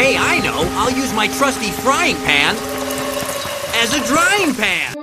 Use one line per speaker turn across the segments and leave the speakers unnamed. Hey, I know! I'll use my trusty frying pan as a drying pan!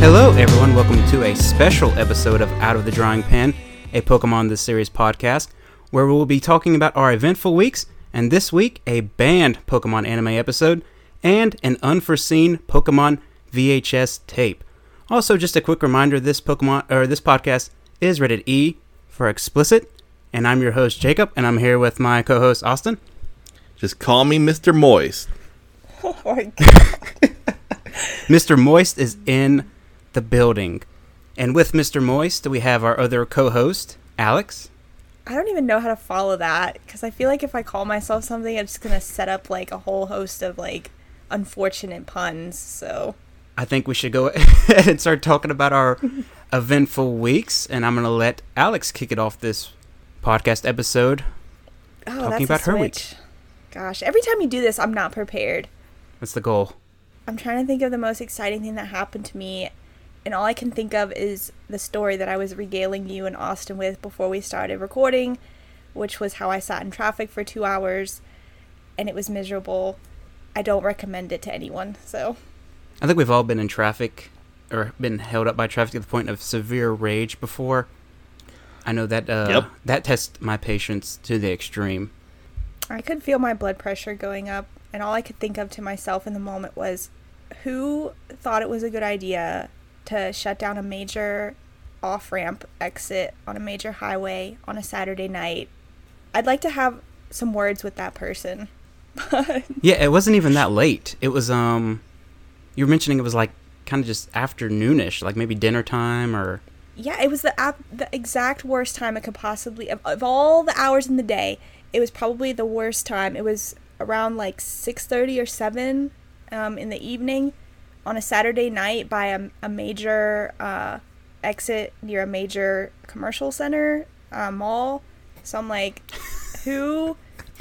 Hello, everyone. Welcome to a special episode of Out of the Drawing Pen, a Pokemon This Series podcast, where we will be talking about our eventful weeks, and this week, a banned Pokemon anime episode and an unforeseen Pokemon VHS tape. Also, just a quick reminder: this Pokemon or this podcast is rated E for explicit, and I'm your host Jacob, and I'm here with my co-host Austin.
Just call me Mr. Moist.
Mr. Moist is in the building, and with Mr. Moist, we have our other co-host Alex.
I don't even know how to follow that because I feel like if I call myself something, I'm just gonna set up like a whole host of like unfortunate puns. So
I think we should go ahead and start talking about our eventful weeks. And I'm going to let Alex kick it off this podcast episode.
oh,
Talking about her week.
switch. Gosh, every time you do this, I'm not prepared.
That's the goal.
I'm trying to think of the most exciting thing that happened to me, and all I can think of is the story that I was regaling you and Austin with before we started recording, which was how I sat in traffic for two hours, and it was miserable. I don't recommend it to anyone. So.
I think we've all been in traffic or been held up by traffic to the point of severe rage before. I know that uh,
Yep.
that tests my patience to the extreme.
I could feel my blood pressure going up, and all I could think of to myself in the moment was who thought it was a good idea to shut down a major off ramp exit on a major highway on a Saturday night? I'd like to have some words with that person. But
Yeah, it wasn't even that late. It was um, you were mentioning it was like kind of just afternoonish, like maybe dinner time or
yeah, it was the, ab- the exact worst time it could possibly, of, of all the hours in the day, it was probably the worst time. It was around like 6.30 or 7 um, in the evening. on a Saturday night by a, a major uh, exit near a major commercial center uh, mall. So I'm like, who?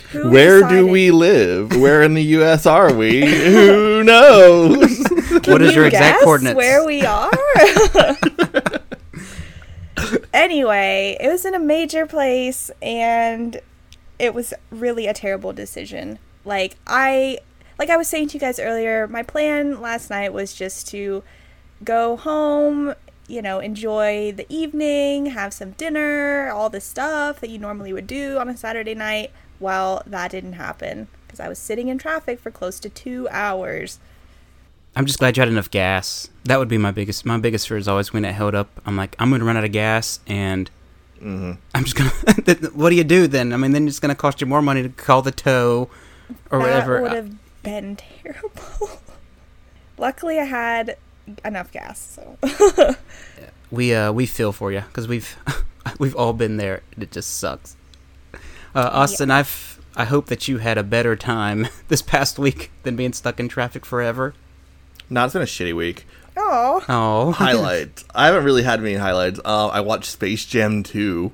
who
Where do
decided-
we live? Where in the U.S. are we? Who knows?
Can
What is
you
your exact
guess
coordinates?
Where we are? anyway, it was in a major place, and it was really a terrible decision. Like I, like I was saying to you guys earlier, my plan last night was just to go home, you know, enjoy the evening, have some dinner, all the stuff that you normally would do on a Saturday night. Well, that didn't happen because I was sitting in traffic for close to two hours.
I'm just glad you had enough gas. That would be my biggest my biggest fear is always when it held up. I'm like, I'm gonna run out of gas, and I'm just gonna. then what do you do then? I mean, then it's gonna cost you more money to call the tow or
That would
whatever. uh,
have been terrible. Luckily, I had enough gas, so
We uh we feel for you because we've we've all been there. It just sucks. Uh, Austin, I've I hope that you had a better time this past week than being stuck in traffic forever.
Not it's been a shitty week.
oh,
Oh,
Highlights. I haven't really had many highlights. Uh, I watched Space Jam 2.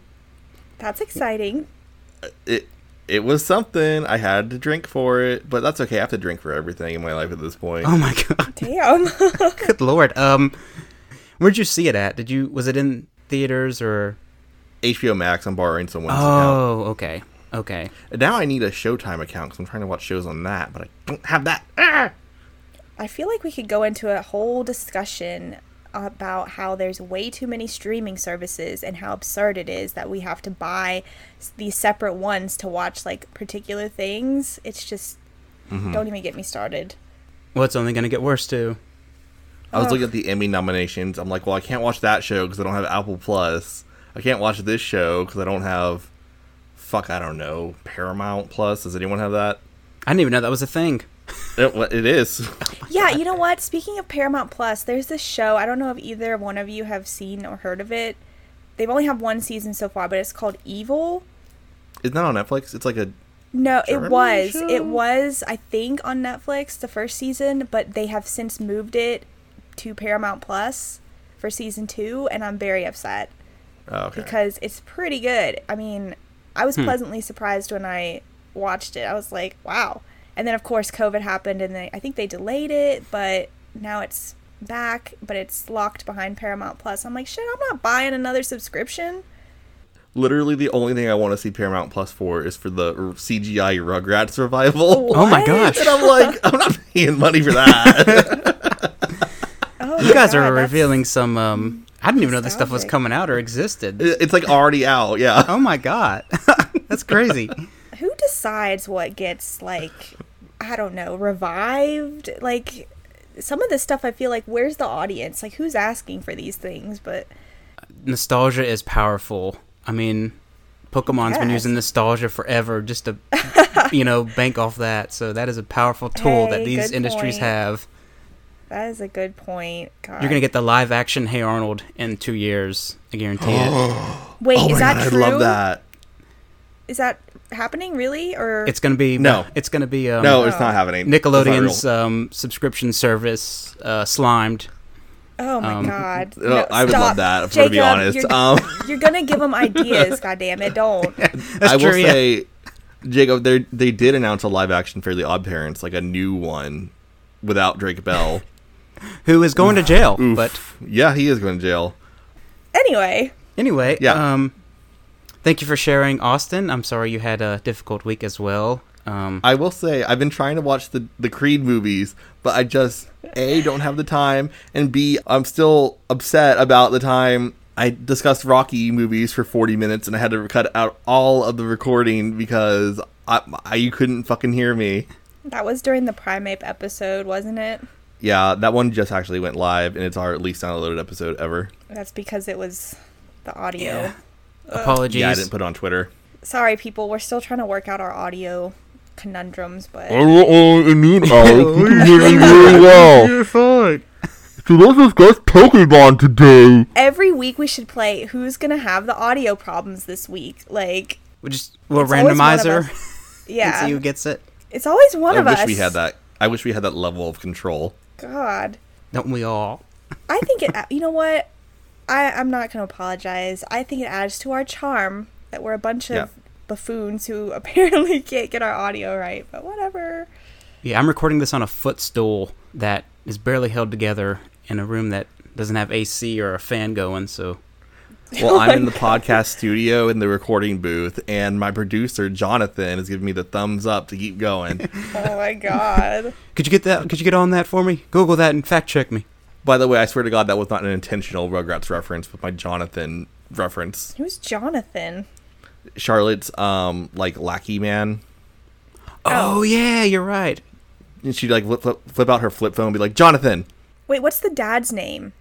that's exciting.
It it was something. I had to drink for it, but that's okay. I have to drink for everything in my life at this point.
oh my god,
Damn.
good lord. Um, where'd you see it at? Did you was it in theaters or?
HBO Max. I'm borrowing someone's account.
Oh, okay. Okay.
Now I need a Showtime account because I'm trying to watch shows on that, but I don't have that. Ah!
I feel like we could go into a whole discussion about how there's way too many streaming services and how absurd it is that we have to buy s- these separate ones to watch like particular things. It's just don't even get me started.
Well, it's only going to get worse, too.
I was looking at the Emmy nominations. I'm like, well, I can't watch that show because I don't have Apple Plus. I can't watch this show because I don't have, fuck, I don't know, Paramount Plus. Does anyone have that?
I didn't even know that was a thing.
It, well, it is.
Yeah, you know what? Speaking of Paramount Plus, there's this show. I don't know if either one of you have seen or heard of it. They've only have one season so far, but it's called Evil.
Isn't that on Netflix? It's like a.
No,
German
it was.
show?
It was, I think, on Netflix the first season, but they have since moved it to Paramount Plus for season two, and I'm very upset
Oh, okay.
Hmm.
because it's pretty good. I mean, I was pleasantly surprised when I watched it, I was like, wow. And then of course COVID happened, and they, I think they delayed it, but now it's back, but it's locked behind Paramount Plus. I'm like, shit, I'm not buying another subscription.
Literally, the only thing I want to see Paramount Plus for is for the CGI Rugrats revival.
Oh my
What?
gosh.
And I'm like, I'm not paying money for that.
Oh,
You guys are
revealing.
revealing some. Um, I didn't even know this stuff was
nostalgic.
coming out or existed.
It- it's like already out. Yeah.
Oh my god, that's crazy.
Who decides what gets like, I don't know, revived? Like, some of this stuff, I feel like, where's the audience? Like, who's asking for these things? But
nostalgia is powerful. I mean, Pokemon's been
Yes.
using nostalgia forever just to, you know, bank off that. So that is a powerful tool that
Hey,
these
good
industries
point.
have.
that is a good point. God.
You're gonna get the live action Hey Arnold in two years. I guarantee it.
Wait, is that
Oh I
true?
love that.
Is that happening really? Or
It's gonna be
No.
It's gonna be um,
No, it's not happening. It's not real.
Nickelodeon's um, subscription service, uh, slimed.
oh my
um,
god,
Oh, I would
stop.
love that, if I'm gonna be honest.
You're,
Um,
you're gonna give them ideas, goddamn it! Don't.
That's
I will
true, yeah.
say, Jacob, they they did announce a live action Fairly Odd Parents, like a new one, without Drake Bell.
Who is going to jail? But
yeah, he is going to jail.
Anyway,
Anyway,
Yeah.
um thank you for sharing, Austin. I'm sorry you had a difficult week as well. Um
I will say, I've been trying to watch the the Creed movies, but I just a don't have the time, and b I'm still upset about the time. I discussed Rocky movies for 40 minutes, and I had to cut out all of the recording because I, I you couldn't fucking hear me.
that was during the Primeape episode, wasn't it?
Yeah, that one just actually went live, and it's our least downloaded episode ever.
That's because it was the audio.
apologies.
Yeah, I didn't put it on Twitter.
Sorry, people. We're still trying to work out our audio conundrums, but
You're fine.
So let's discuss Pokemon today.
every week we should play who's gonna have the audio problems this week. Like,
We'll just we'll
always one of
randomize her
us.
and
yeah,
see who gets it.
it's always one
I
of
wish
us.
we had that. I wish we had that level of control.
God.
Don't we all?
I think it. You know what? I I'm not gonna apologize. I think it adds to our charm that we're a bunch of
Yeah.
buffoons who apparently can't get our audio right. But whatever.
Yeah, I'm recording this on a footstool that is barely held together in a room that doesn't have AC or a fan going, so
Oh
Well, I'm in the podcast studio in the recording booth, and my producer Jonathan is giving me the thumbs up to keep going.
Oh my God.
could you get that could you get on that for me? Google that and fact check me.
By the way, I swear to God, that was not an intentional Rugrats reference, but my Jonathan reference.
Who's Jonathan?
Charlotte's um like lackey man.
Oh, yeah, you're right.
And she like flip, flip, flip out her flip phone and be like, Jonathan,
Wait, what's the dad's name?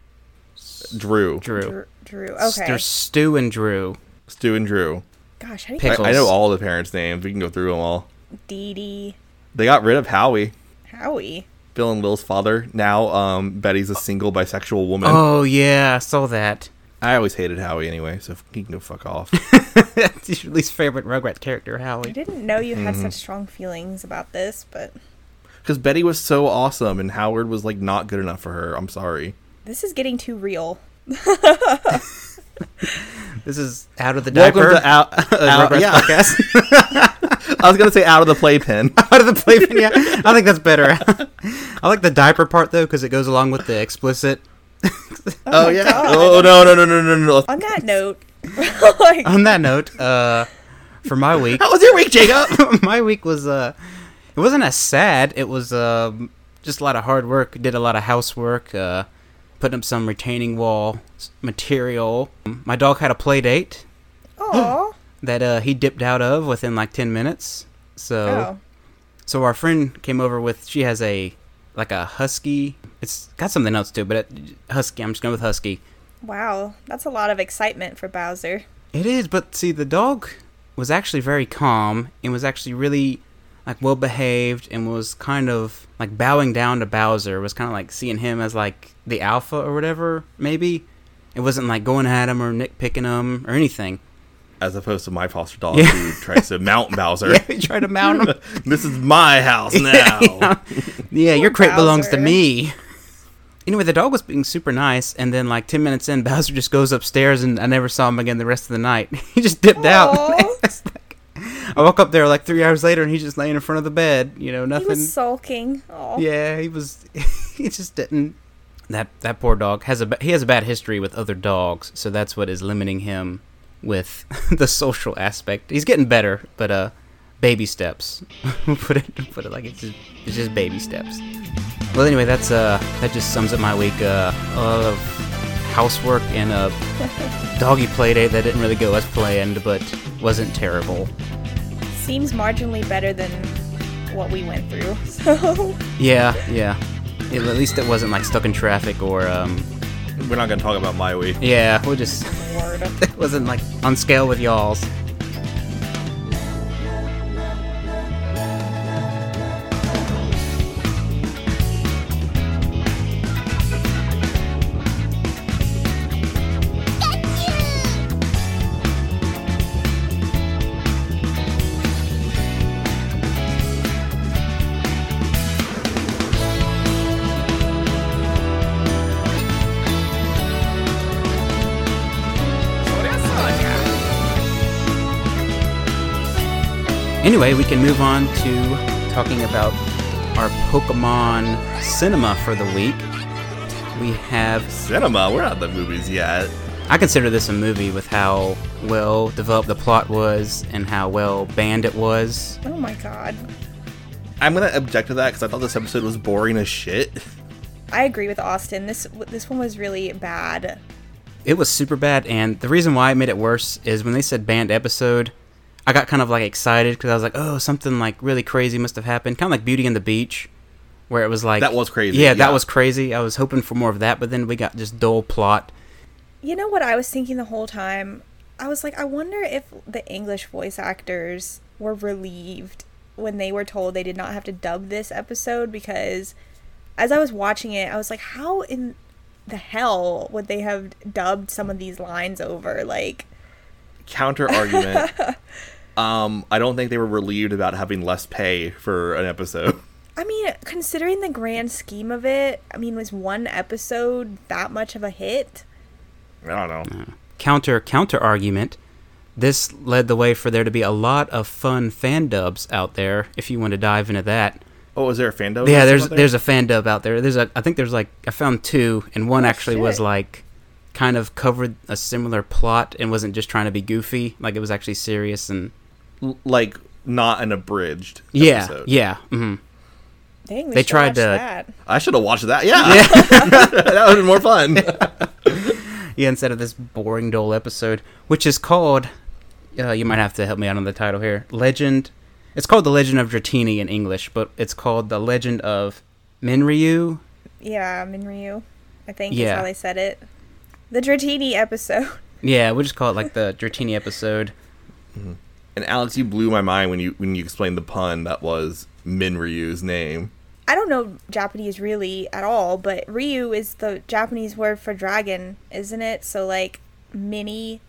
Drew,
Drew.
Dr- Drew. Okay.
There's Stu and Drew.
Stu and Drew.
Gosh, how do you
Pick-
I, I
Pickles.
know all the parents' names. We can go through them all.
Dee Dee
They got rid of Howie,
Howie?
Bill and Lil's father. Now, um, Betty's a single bisexual woman.
Oh yeah, I saw that.
I always hated Howie anyway, so he can go fuck off.
That's your least favorite Rugrats character,
I
Howie.
didn't know you had such strong feelings about this, but
Because Betty was so awesome, and Howard was like not good enough for her. I'm sorry.
this is getting too real.
This is out of the diaper.
Welcome to out.
uh,
out
Rugrats
yeah,
podcast.
I was gonna say out of the playpen.
out of the playpen. Yeah, I think that's better. I like the diaper part though because it goes along with the explicit.
oh yeah.
God.
Oh no no no no no no.
On that note, like,
On that note, uh, for my week,
How was your week, Jacob?
my week was uh, it wasn't as sad. It was um, just a lot of hard work. Did a lot of housework. Uh, putting up some retaining wall s- material. My dog had a play date
aw.
that uh, he dipped out of within like ten minutes. So
Oh.
So our friend came over with. She has a like a husky. It's got something else too, but it, husky. I'm just going with husky.
Wow, that's a lot of excitement for Bowser.
It is, but see, the dog was actually very calm and was actually really like well behaved and was kind of like bowing down to Bowser. Was kind of like seeing him as like the alpha or whatever. Maybe it wasn't like going at him or nitpicking him or anything.
As opposed to my foster dog
Yeah.
who tries to mount Bowser.
Yeah, he tried to mount him.
this is my house now.
Yeah, your crate belongs to
Bowser.
me. Anyway, the dog was being super nice, and then like ten minutes in, Bowser just goes upstairs, and I never saw him again the rest of the night. he just dipped
Aw.
out. It's like- I woke up there like three hours later, and he's just laying in front of the bed. You know,
He
nothing.
was sulking. Oh.
Yeah, he was. he just didn't. That that poor dog has a ba- he has a bad history with other dogs, so that's what is limiting him with the social aspect. He's getting better, but uh, baby steps. put it put it like it's just, it's just baby steps. Well, anyway, that's uh that just sums up my week uh, of housework and a doggy play date that didn't really go as planned, but wasn't terrible.
Seems marginally better than what we went through. So
Yeah, yeah. At least it wasn't like stuck in traffic or um,
We're not going to talk about my week.
Yeah, we'll just.
Lord.
it wasn't like on scale with y'all's. Anyway, we can move on to talking about our Pokemon cinema for the week. We have.
Cinema, we're not at the movies yet.
I consider this a movie with how well developed the plot was and how well banned it was.
oh my god.
I'm going to object to that because I thought this episode was boring as shit.
I agree with Austin. This this one was really bad.
it was super bad and the reason why it made it worse is when they said banned episode i got kind of like excited because i was like oh something like really crazy must have happened kind of like beauty and the beach where it was like
That was crazy,
yeah, that
yeah.
was crazy i was hoping for more of that but then we got just dull plot
You know what I was thinking the whole time? I was like, I wonder if the English voice actors were relieved when they were told they did not have to dub this episode because as I was watching it, I was like, how in the hell would they have dubbed some of these lines over? Like,
Counter argument. um, I don't think they were relieved about having less pay for an episode.
I mean, considering the grand scheme of it, I mean, was one episode that much of a hit?
I don't know.
counter counter argument this led the way for there to be a lot of fun fan dubs out there if you want to dive into that
Oh, is there a fandom?
yeah there's there's a fan dub out there there's a i think there's like i found two and one actually was
shit.
like kind of covered a similar plot and wasn't just trying to be goofy like it was actually serious and
like not an abridged.
yeah
episode.
yeah hmm
Dang, we
They
should
tried
watch
to-
that.
I should have watched that. Yeah, that would have been more fun.
yeah instead of this boring dull episode which is called uh, you might have to help me out on the title here legend it's called the legend of dratini in english but it's called the legend of minryu
Yeah, Minryu, I think is
Yeah.
how they said it. The Dratini episode.
yeah we'll just call it like the dratini episode
and Alex, you blew my mind when you when you explained the pun that was Minryu's name.
I don't know Japanese really at all, but Ryu is the Japanese word for dragon, isn't it? So like mini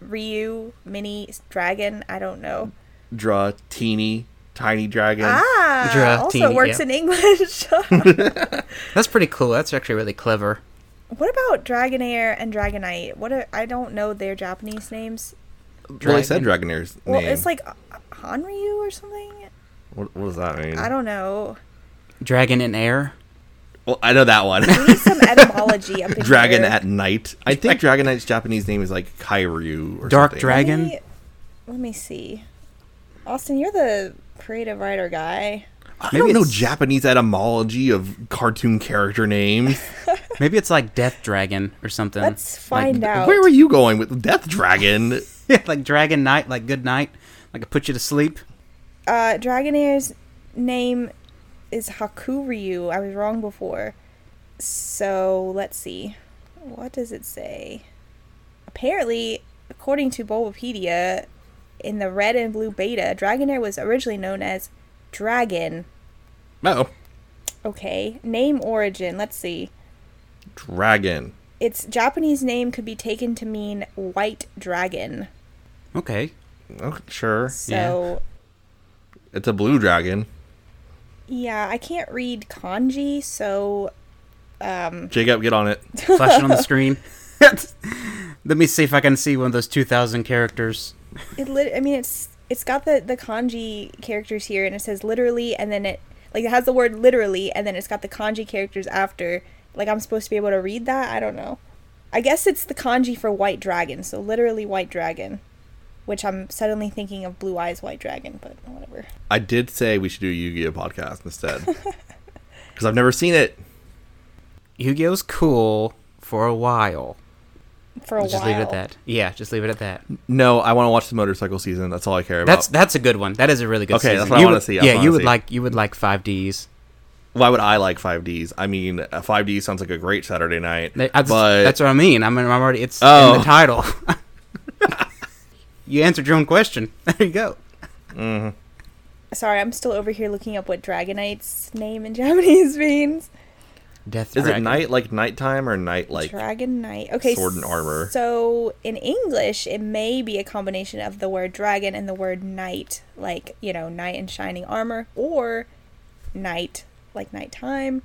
Ryu, mini dragon, I don't know.
Draw teeny tiny dragon.
Ah, also
Dratini,
works
yeah.
in English.
that's pretty cool that's actually really clever
what about Dragonair and Dragonite? What are, I don't know their Japanese names.
Well, I said Dragonair's
Well,
name.
it's like uh, Hanryu or something.
what, what does that mean?
I don't know.
dragon in air
Well, I know that one.
Some etymology up in
Dragon
here.
at night. I think Dragonite's Japanese name is like Kairu or
Dark
something.
Let
Dragon.
me- Let me see. Austin, you're the creative writer guy.
I don't
Maybe
know
it's-
Japanese etymology of cartoon character names.
Maybe it's like Death Dragon or something.
Let's find
like,
out.
Where were you going with Death Dragon?
like Dragon Night, like Good Night, like it put you to sleep.
Uh, Dragonair's name is Hakuryu. I was wrong before. So let's see. What does it say? Apparently, according to Bulbapedia, in the red and blue beta, Dragonair was originally known as Dragon.
No,
Okay. Name origin. Let's see.
Dragon.
Its Japanese name could be taken to mean white dragon.
Okay.
Oh, sure.
So
It's a blue dragon.
yeah, I can't read kanji, so
Jacob, get on it.
Flashing on the screen. Let me see if I can see one of those 2,000 characters.
it lit- I mean it's it's got the the kanji characters here, and it says literally, and then it like it has the word literally, and then it's got the kanji characters after. Like I'm supposed to be able to read that? I don't know. I guess it's the kanji for white dragon, so literally white dragon, which I'm suddenly thinking of blue eyes white dragon, but whatever.
I did say we should do a Yu-Gi-Oh podcast instead because I've never seen it.
Yu-Gi-Oh's cool for a while.
For a
Let's
while,
just leave it at that. Yeah, just leave it at that.
No, I want to watch the motorcycle season. That's all I care
That's
about.
that's a good one. That is a really good.
Okay, that's
season.
what I
You
wanna
would-
see. That's what
Yeah,
I
you
wanna
would
see.
like you would like five Ds.
Why would I like 5Ds? I mean, uh, 5Ds sounds like a great Saturday night.
That's,
but
that's what I mean. I mean, I'm already. It's in
Oh.
the title. you answered your own question. There you go.
sorry, I'm still over here looking up what Dragonite's name in Japanese means.
Death.
is it
Dragon.
night like nighttime or night like?
Dragon Knight. Okay.
sword and armor.
So in English, it may be a combination of the word dragon and the word knight, like, you know, knight in shining armor, or night, like nighttime.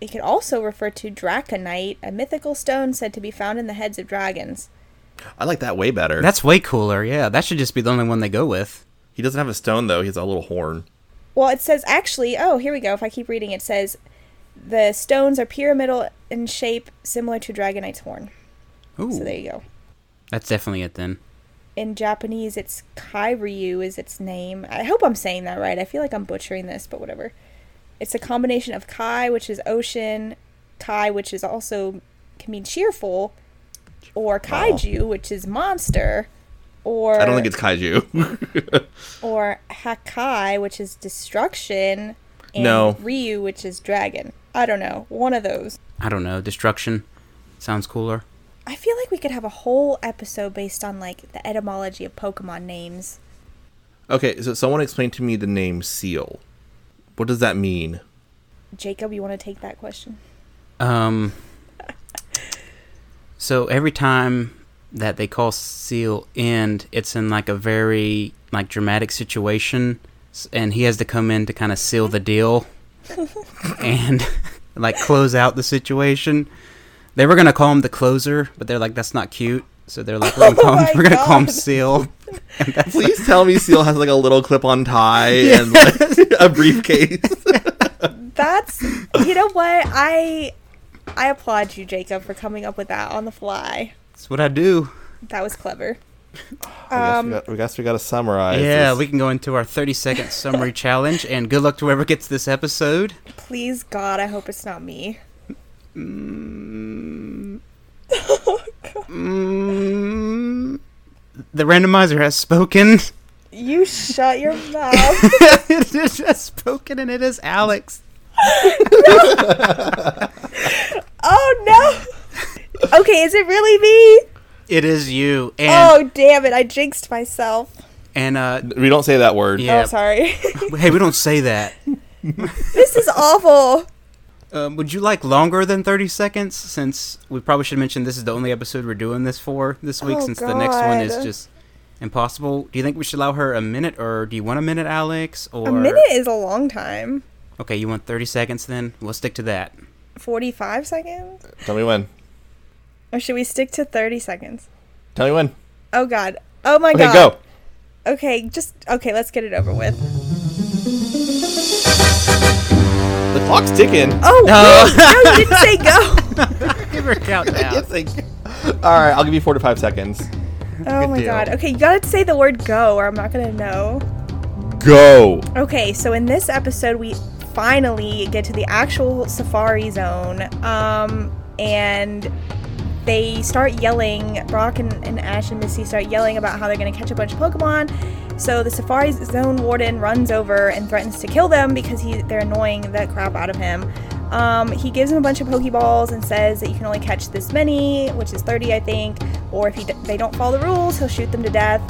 It could also refer to Draconite, a mythical stone said to be found in the heads of dragons.
I like that way better.
That's way cooler. Yeah, that should just be the only one they go with.
he doesn't have a stone though. He has a little horn.
Well, it says actually, oh, here we go. If I keep reading, it says the stones are pyramidal in shape, similar to Dragonite's horn.
Ooh,
So there you go.
that's definitely it then.
in Japanese, it's Kairyu is its name. I hope I'm saying that right. I feel like I'm butchering this, but whatever. It's a combination of Kai, which is ocean, Kai, which is also can mean cheerful, or Kaiju, which is monster, or
I don't think it's kaiju.
or Hakai, which is destruction, and
No.
Ryu, which is dragon. I don't know. One of those.
I don't know. Destruction sounds cooler.
I feel like we could have a whole episode based on like the etymology of Pokemon names.
okay, so someone explained to me the name seal. What does that mean?
Jacob, you want to take that question?
Um. So every time that they call Seal end, it's in like a very like dramatic situation, s- and he has to come in to kind of seal the deal, and like close out the situation. They were gonna call him the closer, but they're like, that's not cute. So they're like, we're gonna call him,
Oh my
we're gonna call him
God.
Seal.
Please tell me Seal has like a little clip-on tie and like, a briefcase.
That's you know what I I applaud you, Jacob, for coming up with that on the fly.
That's what I do.
That was clever.
I, guess we got, I guess we got to summarize.
yeah,
this.
we can go into our thirty second summary challenge, and good luck to whoever gets this episode.
Please God, I hope it's not me.
Mm, the randomizer has spoken.
You shut your mouth.
it is- has spoken, and it is Alex.
Oh no. Okay, is it really me?
It is you, and
Oh damn it, I jinxed myself.
and uh,
we don't say that word.
yeah.
Oh sorry.
hey, we don't say that.
this is awful.
Um, would you like longer than thirty seconds? Since we probably should mention this is the only episode we're doing this for this week,
Oh,
since the next one is
God.
just impossible. Do you think we should allow her a minute, or do you want a minute, Alex? Or
A minute is a long time.
Okay, you want thirty seconds? Then we'll stick to that.
Forty five seconds?
Tell me when.
Or should we stick to thirty seconds?
Tell me when.
Oh god. Oh my
Okay,
god.
go.
Okay, just okay, let's get it over with.
The clock's ticking.
Oh, wait, no, you didn't say go.
Give her a countdown.
Yes, I- All right, I'll give you four to five seconds.
Oh my
deal.
god. Okay, you gotta say the word go or I'm not gonna know.
Go.
Okay, so in this episode, we finally get to the actual safari zone. Um, and they start yelling, Brock and, and Ash and Misty start yelling about how they're gonna catch a bunch of Pokemon. So the Safari Zone Warden runs over and threatens to kill them because he they're annoying the crap out of him. Um, he gives him a bunch of Pokeballs and says that you can only catch this many, which is 30, I think. Or if he, d- they don't follow the rules, he'll shoot them to death.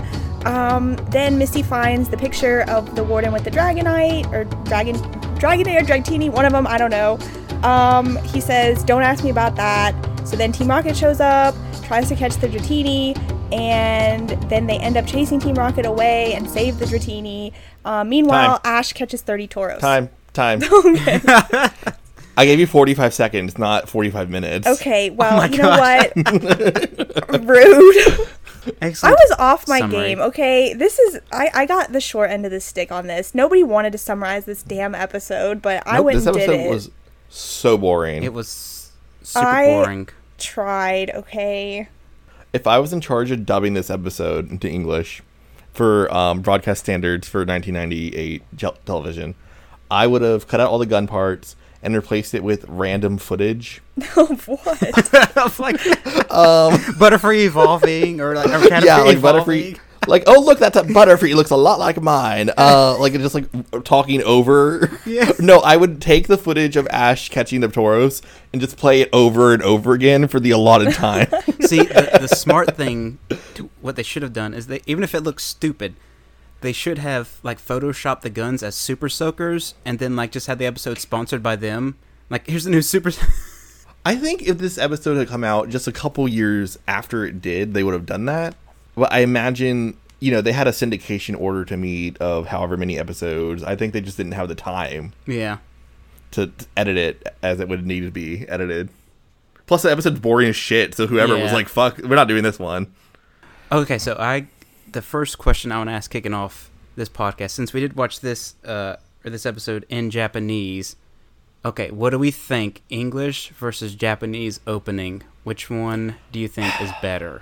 Um, then Misty finds the picture of the Warden with the Dragonite or Dragon Dragonite or Dragtini, one of them, I don't know. Um, he says, "Don't ask me about that." So then Team Rocket shows up, tries to catch the Dratini, and then they end up chasing Team Rocket away and save the Dratini. Uh, meanwhile,
Time.
Ash catches 30 Tauros.
Time. Time. I gave you 45 seconds, not 45 minutes.
Okay, well,
my
you know what? Rude. I
Excellent.
was off my
summary.
game, okay? This is I, I got the short end of the stick on this. Nobody wanted to summarize this damn episode, but I
Nope,
went
this
and did
episode
it.
was so boring.
It was super
I-
boring.
Tried, okay.
if I was in charge of dubbing this episode into English for um, broadcast standards for 1998 gel- television, I would have cut out all the gun parts and replaced it with random footage.
what?
I was like, Butterfree evolving or like or Caterpie
Um, yeah, like
evolving.
Butterfree. Like, oh look, that's a Butterfree. It looks a lot like mine. Uh, like just like talking over.
Yes.
No, I would take the footage of Ash catching the Tauros and just play it over and over again for the allotted time.
See, the, the smart thing, to, what they should have done is they even if it looks stupid, they should have like photoshopped the guns as super soakers and then like just had the episode sponsored by them. Like here's the new super.
I think if this episode had come out just a couple years after it did, they would have done that. But I imagine, you know, they had a syndication order to meet of however many episodes. I think they just didn't have the time
yeah,
to to edit it as it would need to be edited. Plus, the episode's boring as shit. So whoever was
Yeah.
like, "Fuck, we're not doing this one."
Okay, so I the first question I want to ask kicking off this podcast since we did watch this uh or this episode in Japanese. Okay, what do we think English versus Japanese opening? Which one do you think is better?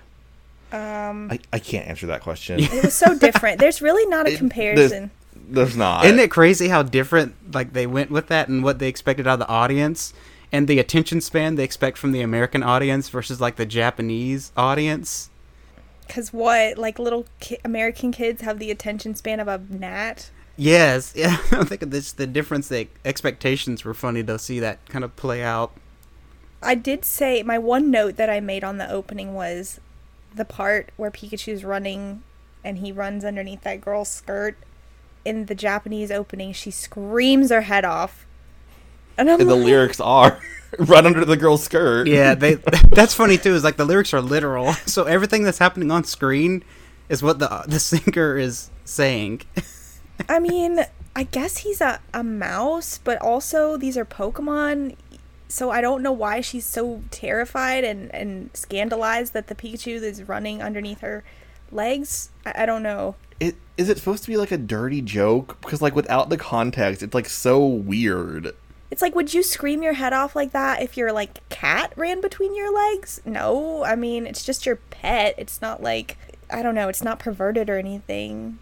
I, I can't answer that question.
it was so different. There's really not a
It-
comparison.
There's, there's not.
Isn't it crazy how different like they went with that and what they expected out of the audience and the attention span they expect from the American audience versus like the Japanese audience?
Because what? Like little ki- American kids have the attention span of a gnat?
Yes, yeah. I think this the difference the expectations were funny to see that kind of play out.
I did say my one note that I made on the opening was the part where Pikachu's running and he runs underneath that girl's skirt. In the Japanese opening, she screams her head off. And I'm
And the
like,
lyrics are "Run under the girl's skirt."
Yeah, they. That's funny too. Is like the lyrics are literal, so everything that's happening on screen is what the the singer is saying.
I mean, I guess he's a, a mouse, but also these are Pokemon. So I don't know why she's so terrified and, and scandalized that the Pikachu is running underneath her legs. I, I don't know.
it, is it supposed to be like a dirty joke? Because like without the context, it's like so weird.
It's like, would you scream your head off like that if your like cat ran between your legs? No, I mean it's just your pet. It's not like I don't know. It's not perverted or anything.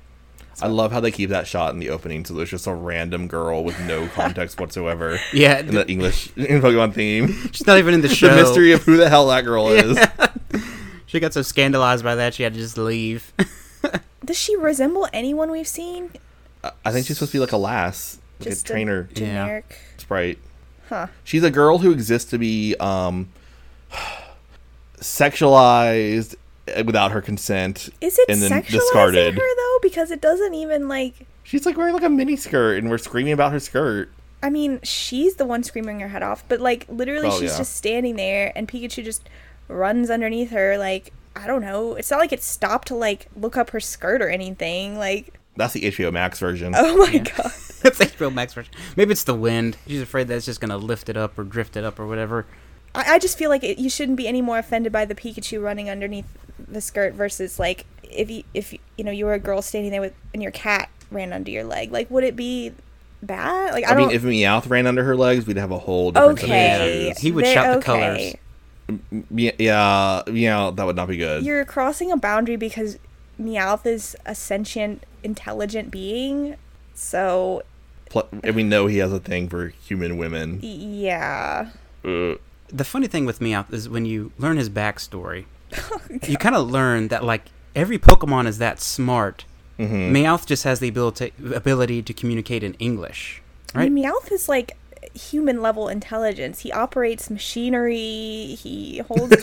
I love how they keep that shot in the opening, so there's just a random girl with no context whatsoever.
Yeah,
in the English in Pokemon theme,
she's not even in the show.
the mystery of who the hell that girl is.
She got so scandalized by that she had to just leave.
Does she resemble anyone we've seen?
I think she's supposed to be like a lass, like
Just
a trainer
A generic.
sprite.
Huh.
She's a girl who exists to be um, sexualized eh, without her consent,
Is it
and then
sexualizing
discarded.
her though? Because it doesn't even like.
She's like wearing like a mini skirt, and we're screaming about her skirt.
I mean, she's the one screaming her head off, but like literally,
Oh,
she's
yeah.
just standing there, and Pikachu just runs underneath her. Like I don't know. It's not like it stopped to like look up her skirt or anything. Like
That's the HBO Max version.
oh my god.
That's HBO Max version. Maybe it's the wind. She's afraid that it's just gonna lift it up or drift it up or whatever.
I, I just feel like it, you shouldn't be any more offended by the Pikachu running underneath the skirt versus like if you if you know you were a girl standing there with and your cat ran under your leg. Like would it be bad? Like I,
I, mean,
don't.
if Meowth ran under her legs, we'd have a whole different
okay,
set of issues.
He would
They're
shout the colours.
Me- yeah, Meowth, that would not be good.
You're crossing a boundary because Meowth is a sentient, intelligent being. So
Pl- and we know he has a thing for human women.
y- yeah.
The funny thing with Meowth is when you learn his backstory,
Oh,
you kind of learn that like every Pokemon is that smart.
Mm-hmm.
Meowth just has the ability ability to communicate in English, right?
Meowth is like human level intelligence. He operates machinery. He holds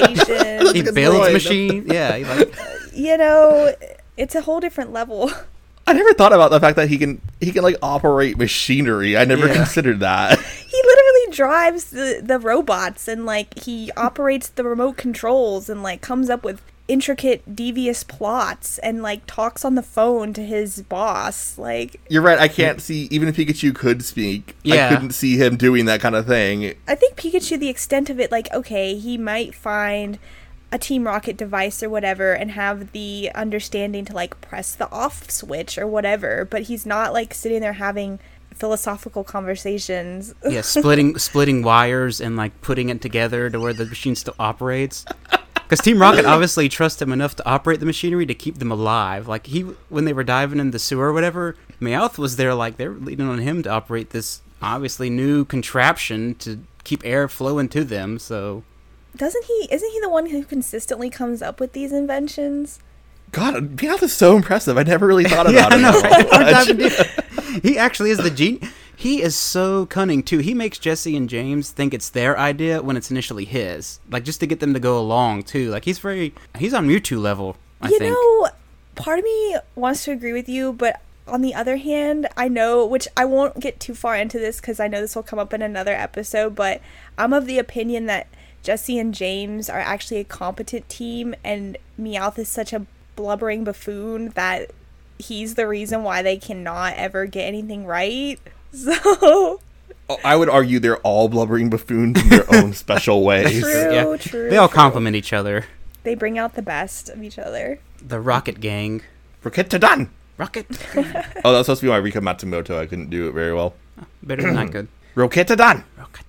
conversation.
he
Good
builds
lord.
machine. Yeah, he like
you know, it's a whole different level.
I never thought about the fact that he can he can like operate machinery. I never
Yeah.
considered that.
He literally drives the, the robots and like he operates the remote controls and like comes up with intricate devious plots and like talks on the phone to his boss. Like
You're right. I can't see even if Pikachu could speak.
Yeah.
I couldn't see him doing that kind of thing.
I think Pikachu, the extent of it, like, okay, he might find a Team Rocket device or whatever and have the understanding to like press the off switch or whatever, but he's not like sitting there having philosophical conversations.
Yeah, splitting splitting wires and like putting it together to where the machine still operates. Because Team Rocket obviously trusts him enough to operate the machinery to keep them alive. Like he, when they were diving in the sewer or whatever, Meowth was there. Like they're leaning on him to operate this obviously new contraption to keep air flowing to them. So
Doesn't he isn't he the one who consistently comes up with these inventions?
God, Meowth is so impressive. I never really thought
yeah,
about
I
it.
know,
all
right? We're
that much.
diving deep. he actually is the gene. He is so cunning too. He makes Jesse and James think it's their idea when it's initially his. Like just to get them to go along too. Like he's very he's on Mewtwo level. I
you
think.
know, part of me wants to agree with you, but on the other hand, I know, which I won't get too far into this because I know this will come up in another episode, but I'm of the opinion that Jesse and James are actually a competent team, and Meowth is such a blubbering buffoon that he's the reason why they cannot ever get anything right. So.
Oh, I would argue they're all blubbering buffoons in their own special ways.
True.
yeah.
true,
They all
true.
compliment each other.
They bring out the best of each other.
The Rocket Gang.
Rocket to done.
Rocket.
Oh, that's supposed to be my Rika Matsumoto. I couldn't do it very well.
Better than not good.
Rocket to done.
Rocket.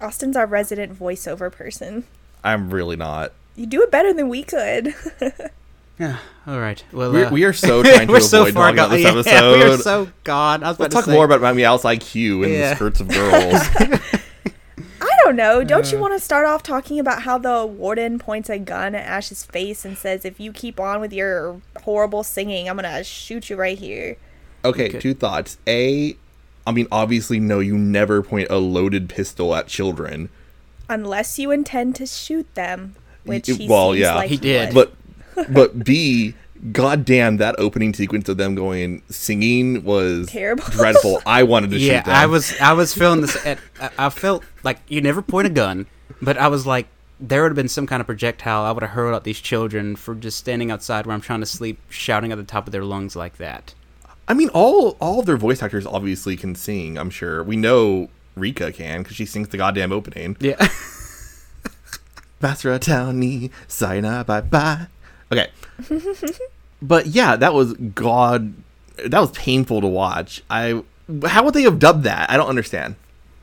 Austin's our resident voiceover person.
I'm really not.
You do it better than we could.
Yeah. All right. Well,
We're,
uh,
we are so trying to
we're
avoid
so far
talking about
gone.
this episode.
Yeah, we are so gone. I was
Let's
about
talk
to say,
more about my Meowth's IQ and
Yeah.
the skirts of girls.
I don't know. Don't you want to start off talking about how the warden points a gun at Ash's face and says, "If you keep on with your horrible singing, I'm gonna shoot you right here."
Okay,
Okay.
two thoughts. A, I mean, obviously, no, you never point a loaded pistol at children.
Unless you intend to shoot them, which
Y-
he
well,
seems
yeah.
like
He did.
would.
But, but B, goddamn, that opening sequence of them going singing was
Terrible.
dreadful. I wanted to
Yeah,
shoot them.
I was I was feeling this. At, I- I felt like you never point a gun, but I was like, there would have been some kind of projectile I would have hurled at these children for just standing outside where I'm trying to sleep, shouting at the top of their lungs like that.
I mean, all all of their voice actors obviously can sing. I'm sure we know Rika can because she sings the goddamn opening.
Yeah.
Basra Townie, Sina, bye bye. Okay. but yeah, that was god. That was painful to watch. I how would they have dubbed that? I don't understand.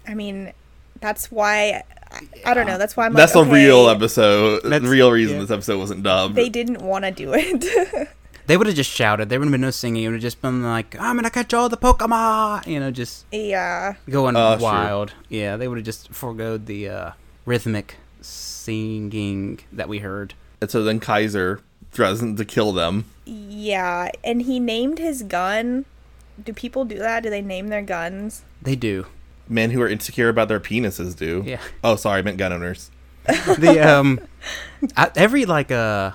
I mean, that's why. I, I don't know. That's why I'm.
That's
like,
the real
okay,
episode.
That's-
the real reason
yeah.
this episode wasn't dubbed.
They didn't want to do it.
they would have just shouted. There would have been no singing. It would have just been like, I'm gonna catch all the Pokemon. You know, just
yeah.
going
Uh, sure.
wild. Yeah, they would have just foregoed the uh, rhythmic singing that we heard.
and so then Kaiser threatens to kill them.
Yeah. And he named his gun. Do people do that? Do they name their guns?
They do.
Men who are insecure about their penises do.
Yeah.
Oh, sorry, I meant gun owners.
the um I, every like uh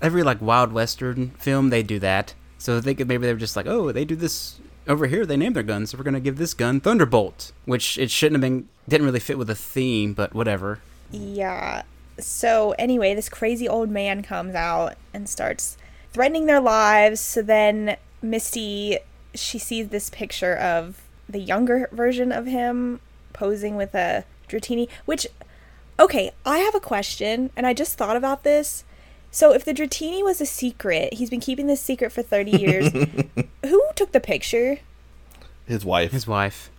every like wild western film they do that so they could maybe they were just like oh they do this over here they name their guns so we're gonna give this gun thunderbolt which it shouldn't have been didn't really fit with the theme but whatever
Yeah. So anyway, this crazy old man comes out and starts threatening their lives. So then Misty, she sees this picture of the younger version of him posing with a Dratini, which okay, I have a question and I just thought about this. So if the Dratini was a secret, he's been keeping this secret for 30 years. who took the picture?
His wife.
his wife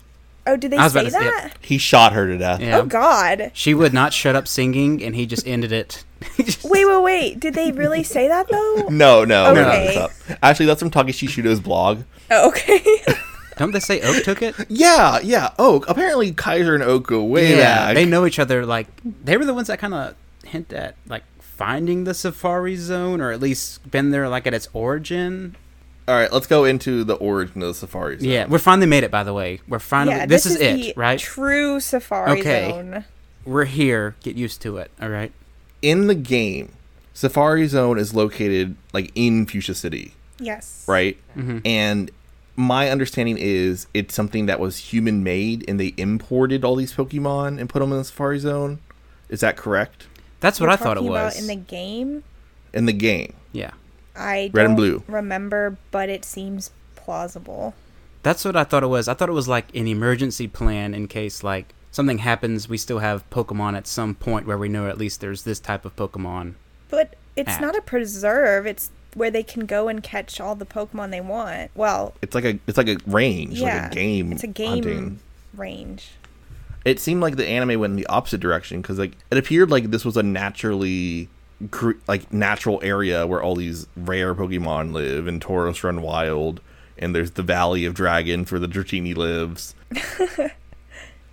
Oh, did they
I was
say
about to say
that?
He shot her to death.
yeah
Oh god.
she would not shut up singing and he just ended it
Wait, wait, wait. Did they really say that though?
No, no, we're not
Okay.
this up. Actually, that's from Takeshishido's blog.
Oh, okay.
don't they say oak took it
Yeah, yeah. Oak. Apparently, Kaiser and Oak go way back.
they know each other like they were the ones that kind of hint at like finding the safari zone or at least been there like at its origin
All right, let's go into the origin of the Safari Zone.
Yeah, we're finally made it. By the way, we're finally. this, is,
the
it, right?
True safari
Okay.
zone.
we're here. Get used to it. All right.
In the game, Safari Zone is located like in Fuchsia City,
Yes.
right?
Mm-hmm.
And my understanding is it's something that was human made, and they imported all these Pokemon and put them in the Safari Zone. Is that correct?
That's what
You're
I thought it
talking about
was.
in the game.
In the game,
yeah,
I
Red
don't
and blue.
Remember, but it seems plausible.
that's what I thought it was. I thought it was like an emergency plan in case like something happens. We still have Pokemon at some point where we know at least there's this type of Pokemon.
But it's
App.
not a preserve. It's where they can go and catch all the Pokemon they want. Well,
It's like a it's like a range,
yeah,
like a game.
It's a game
hunting.
range.
It seemed like the anime went in the opposite direction because like it appeared like this was a naturally cre- like natural area where all these rare Pokemon live and Tauros run wild, and there's the Valley of Dragon where the Dratini lives.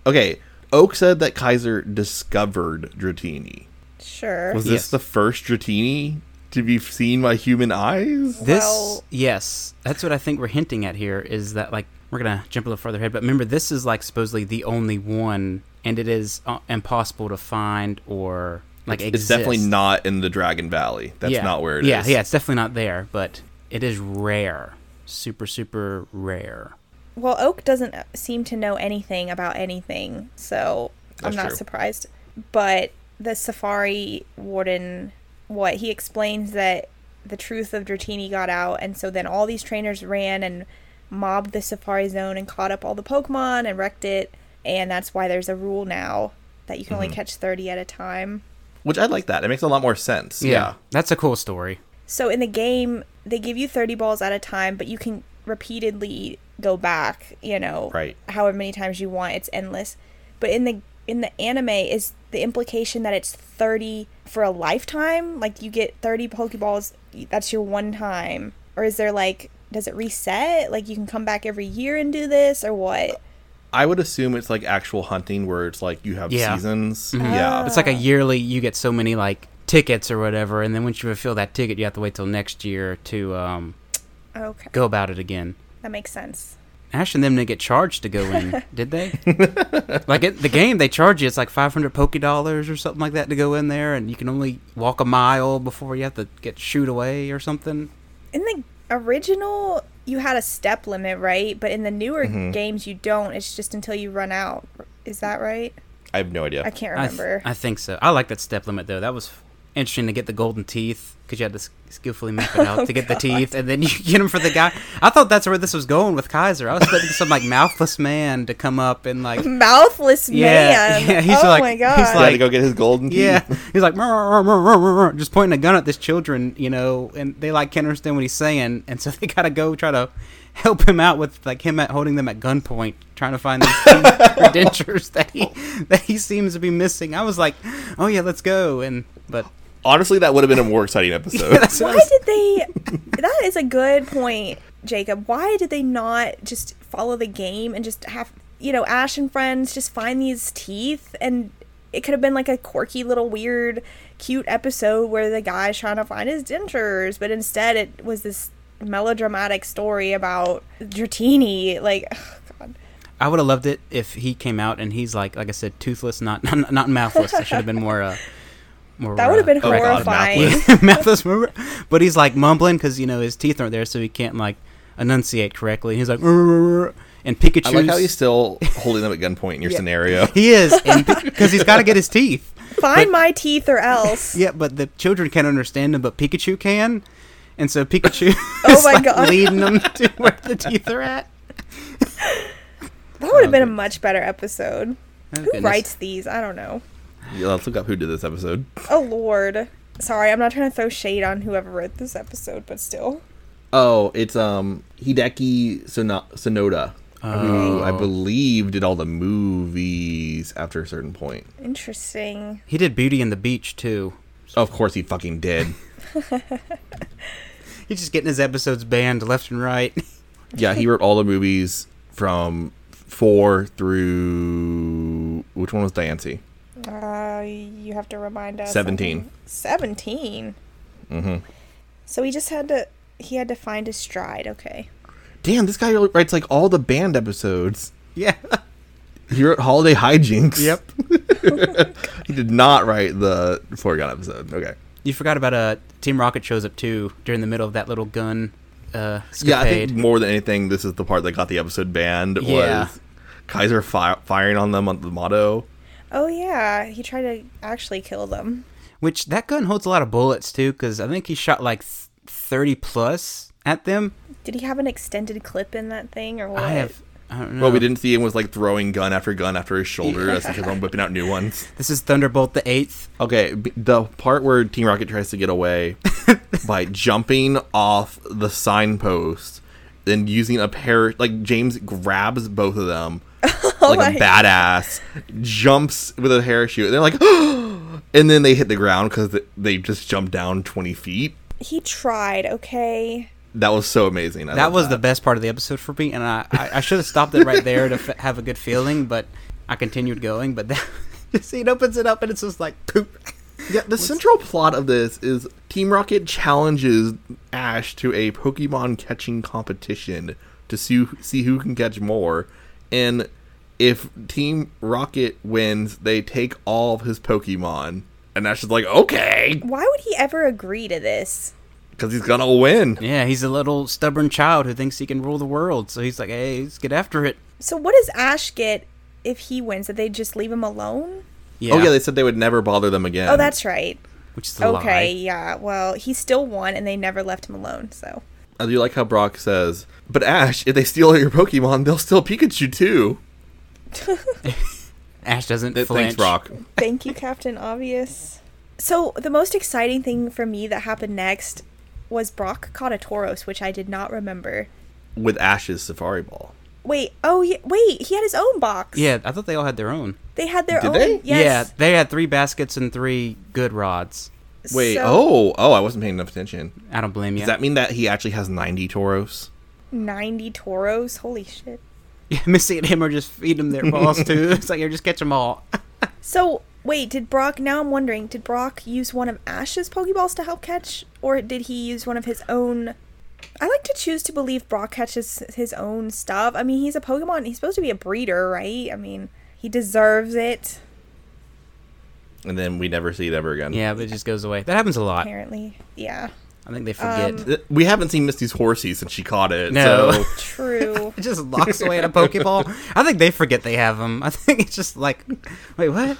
okay, Oak said that Kaiser discovered Dratini.
Sure.
Was
Yes.
this the first Dratini to be seen by human eyes?
This,
Well-
yes, that's what I think we're hinting at here is that like we're gonna jump a little further ahead, but remember this is like supposedly the only one, and it is uh, impossible to find or like
It's definitely
exist.
not in the Dragon Valley. That's
yeah.
not where it is.
yeah, yeah, it's definitely not there, but it is rare, super super rare.
Well, Oak doesn't seem to know anything about anything, so I'm
That's
not
true.
surprised. But the safari warden, what he explains that the truth of Dratini got out, and so then all these trainers ran and mobbed the safari zone and caught up all the Pokemon and wrecked it, and that's why there's a rule now that you can
Mm-hmm.
only catch 30 at a time.
Which I like that. It makes a lot more sense.
that's a cool story.
So in the game, they give you 30 balls at a time, but you can repeatedly go back, you know,
Right.
however many times you want. It's endless. But in the in the anime is the implication that it's 30 for a lifetime? Like you get 30 pokeballs, that's your one time. Or is there like does it reset? Like you can come back every year and do this or what?
I would assume it's like actual hunting where it's like you have
Yeah.
seasons. Yeah.
It's like a yearly. You get so many like tickets or whatever, and then once you fulfill that ticket, you have to wait till next year to um,
Okay.
go about it again.
That makes sense.
Ash and them didn't get charged to go in, did they? like at the game, they charge you. It's like five hundred Poke dollars or something like that to go in there, and you can only walk a mile before you have to get shooed away or something.
In the original, you had a step limit, right? But in the newer
Mm-hmm.
games, you don't. It's just until you run out. Is that right?
I have no idea.
I can't
I, th-
remember.
I think so. I like that step limit though. That was f- interesting to get the golden teeth because you had to s- skillfully map it out to get the teeth, and then you get them for the guy. I thought that's where this was going with Kaiser. I was expecting some like mouthless man to come up and like.
Mouthless
Yeah,
man.
yeah, he's
oh
like-
my
he's
god.
I had
like-
to go get his golden key.
Yeah, he's like "Mer, mer, mer, mer, mer," just pointing a gun at this children, you know, and they like can't understand what he's saying, and so they gotta go try to help him out with like him at holding them at gunpoint, trying to find these two credentials that he that he seems to be missing. I was like, oh yeah, let's go, and but
Honestly, that would have been a more exciting episode.
that's what I
Why
was-
did they? that is a good point, Jacob. Why did they not just follow the game and just have you know Ash and friends just find these teeth and it could have been like a quirky little weird cute episode where the guy's trying to find his dentures, but instead it was this melodramatic story about Dratini. Like, God,
I would have loved it if he came out and he's like, like I said, toothless, not not, not mouthless. I should have been more. Uh, more
that would have been
uh,
God,
horrifying.
Malcolm.
Yeah, mouthless mover. But he's like mumbling because you know his teeth aren't there, so he can't like enunciate correctly. He's like, "Rrr, rrr, rrr," and Pikachu.
I like how he's still holding them at gunpoint in your scenario.
he is because he's got to get his teeth.
Find my teeth or else.
Yeah, but the children can't understand him, but Pikachu can, and so Pikachu
Oh
is
my
like
God.
leading them to where the teeth are at.
That would have been a much better episode.
Oh,
Who
goodness.
writes these? I don't know.
Yeah, let's look up who did this episode.
Oh lord. Sorry, I'm not trying to throw shade on whoever wrote this episode, but still.
Oh, it's um Hideki Sono- Sonoda, who I believe did all the movies after a certain point.
Interesting.
He did Beauty and the Beach too.
Of course, he fucking did.
He's just getting his episodes banned left and right.
yeah, he wrote all the movies from four through which one was Diancie?
Uh, you have to remind us. I
17.
think. Seventeen. Mm-hmm. So he just had to he had to find his stride, okay.
Damn, this guy writes like all the band episodes.
yeah.
He wrote Holiday Hijinks.
Yep.
He did not write the Foregon episode. Okay.
You forgot about uh, Team Rocket shows up too during the middle of that little gun. Uh,
Yeah, I think
escapade.
more than anything, this is the part that got the episode banned.
Yeah.
Was Kaiser fi- firing on them on the motto?
Oh yeah, he tried to actually kill them.
Which that gun holds a lot of bullets too, because I think he shot like th- thirty plus at them.
Did he have an extended clip in that thing or what?
I have I don't know.
What we didn't see him was like throwing gun after gun after his shoulder as he kept on whipping out new ones.
This is Thunderbolt the Eighth.
Okay, b- the part where Team Rocket tries to get away by jumping off the signpost, then using a pair like James grabs both of them like
my-
a badass, jumps with a parachute. And they're like, and then they hit the ground because they just jumped down twenty feet.
He tried, okay?
That was so amazing. I
That
love
was the best part of the episode for me, and I, I, I should have stopped it right there to f- have a good feeling, but I continued going. But that, just it opens it up, and it's just like poop.
Yeah, the central plot of this is Team Rocket challenges Ash to a Pokemon catching competition to see, see who can catch more. And if Team Rocket wins, they take all of his Pokemon. And Ash is like, okay,
Why would he ever agree to this?
because he's gonna win.
Yeah, he's a little stubborn child who thinks he can rule the world, so he's like, "Hey, let's get after it."
Oh,
So what does Ash get if he wins? That they just leave him alone?
Yeah,
Oh, yeah, they said they would never bother them again.
Oh, that's right.
which is a lie.
Okay, yeah. Well, he still won, and they never left him alone. So
I do like how Brock says, but Ash, if they steal your Pokemon, they'll steal Pikachu too.
Ash doesn't
Th-
flinch.
Thanks, Brock.
thank you, Captain Obvious. So the most exciting thing for me that happened next was Brock caught a Tauros, which I did not remember.
With Ash's Safari Ball.
Wait, oh yeah, wait, he had his own box.
Yeah, I thought they all had their own.
they had their
Did
own.
they?
Yes.
Yeah, they had three baskets and three good rods.
Wait,
So-
oh, oh, I wasn't paying enough attention.
I don't blame you.
Does that mean that he actually has 90 Toros?
90 toros. Holy shit.
Yeah, Missy and him are just feeding him their balls too. It's like, "Here, just catch them all."
So, wait, did Brock, now I'm wondering, did Brock use one of Ash's Pokeballs to help catch? Or did he use one of his own? I like to choose to believe Brock catches his own stuff. I mean, he's a Pokemon. He's supposed to be a breeder, right? I mean, he deserves it,
And then we never see it ever again.
Yeah, but it just goes away. That happens a lot.
apparently. Yeah.
I think they forget.
Um,
Th- Uh, We haven't seen Misty's horsey since she caught it.
No.
So
True.
It just locks away in a Pokeball. I think they forget they have them. I think it's just like, wait, what?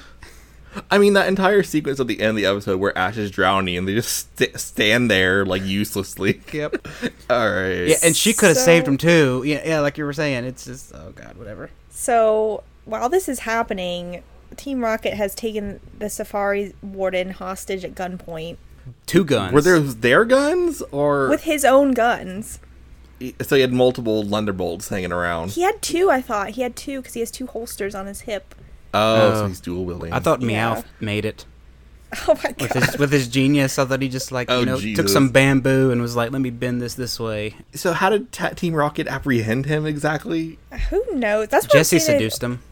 I mean, that entire sequence at the end of the episode where Ash is drowning and they just st- stand there like uselessly.
Yep.
All right.
Yeah, and she could have
So-
saved him too. Yeah, yeah, like you were saying. It's just, oh god, whatever.
so, while this is happening, Team Rocket has taken the Safari Warden hostage at gunpoint
Two guns.
were there their guns or
with his own guns.
so he had multiple thunderbolts hanging around?
He had two, I thought. He had two because he has two holsters on his hip.
oh, so
Oh.
he's dual wielding.
I thought
Yeah.
Meowth made it
Oh my
with
god.
his, with his genius. I thought he just like
Oh,
you know took
Jesus.
some bamboo and was like, let me bend this this way.
so. How did Ta Team Rocket apprehend him exactly?
Who knows? That's what
Jesse
I'm kinda
seduced him.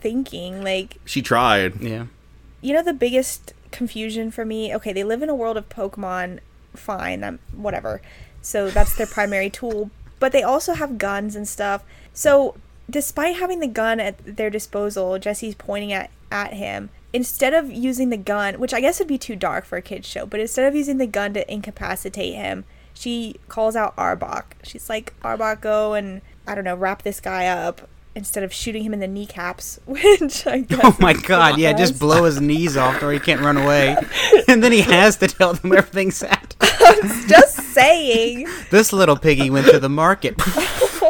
thinking. Like,
She tried.
Yeah.
you know, the biggest confusion for me. Okay, they live in a world of Pokemon. Fine, that whatever. So that's their primary tool, but they also have guns and stuff. So, despite having the gun at their disposal, Jesse's pointing at at him. Instead of using the gun, which I guess would be too dark for a kids show, but instead of using the gun to incapacitate him, she calls out Arbok. She's like, Arbok, go and I don't know, wrap this guy up instead of shooting him in the kneecaps, which I guess.
Oh my god, yeah, just
does.
blow his knees off or he can't run away. and then he has to tell them where everything's at.
Just saying.
This little piggy went to the market.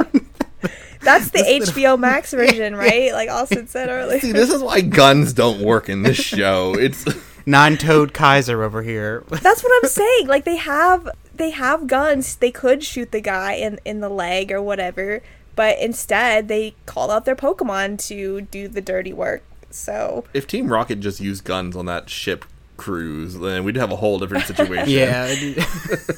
That's the HBO Max version, right? Like Austin said earlier.
See, this is why guns don't work in this show. It's
Nine toed Kaiser over here.
That's what I'm saying. Like they have they have guns. They could shoot the guy in in the leg or whatever, but instead they call out their Pokemon to do the dirty work. So
if Team Rocket just used guns on that ship cruise, then we'd have a whole different situation.
Yeah. it-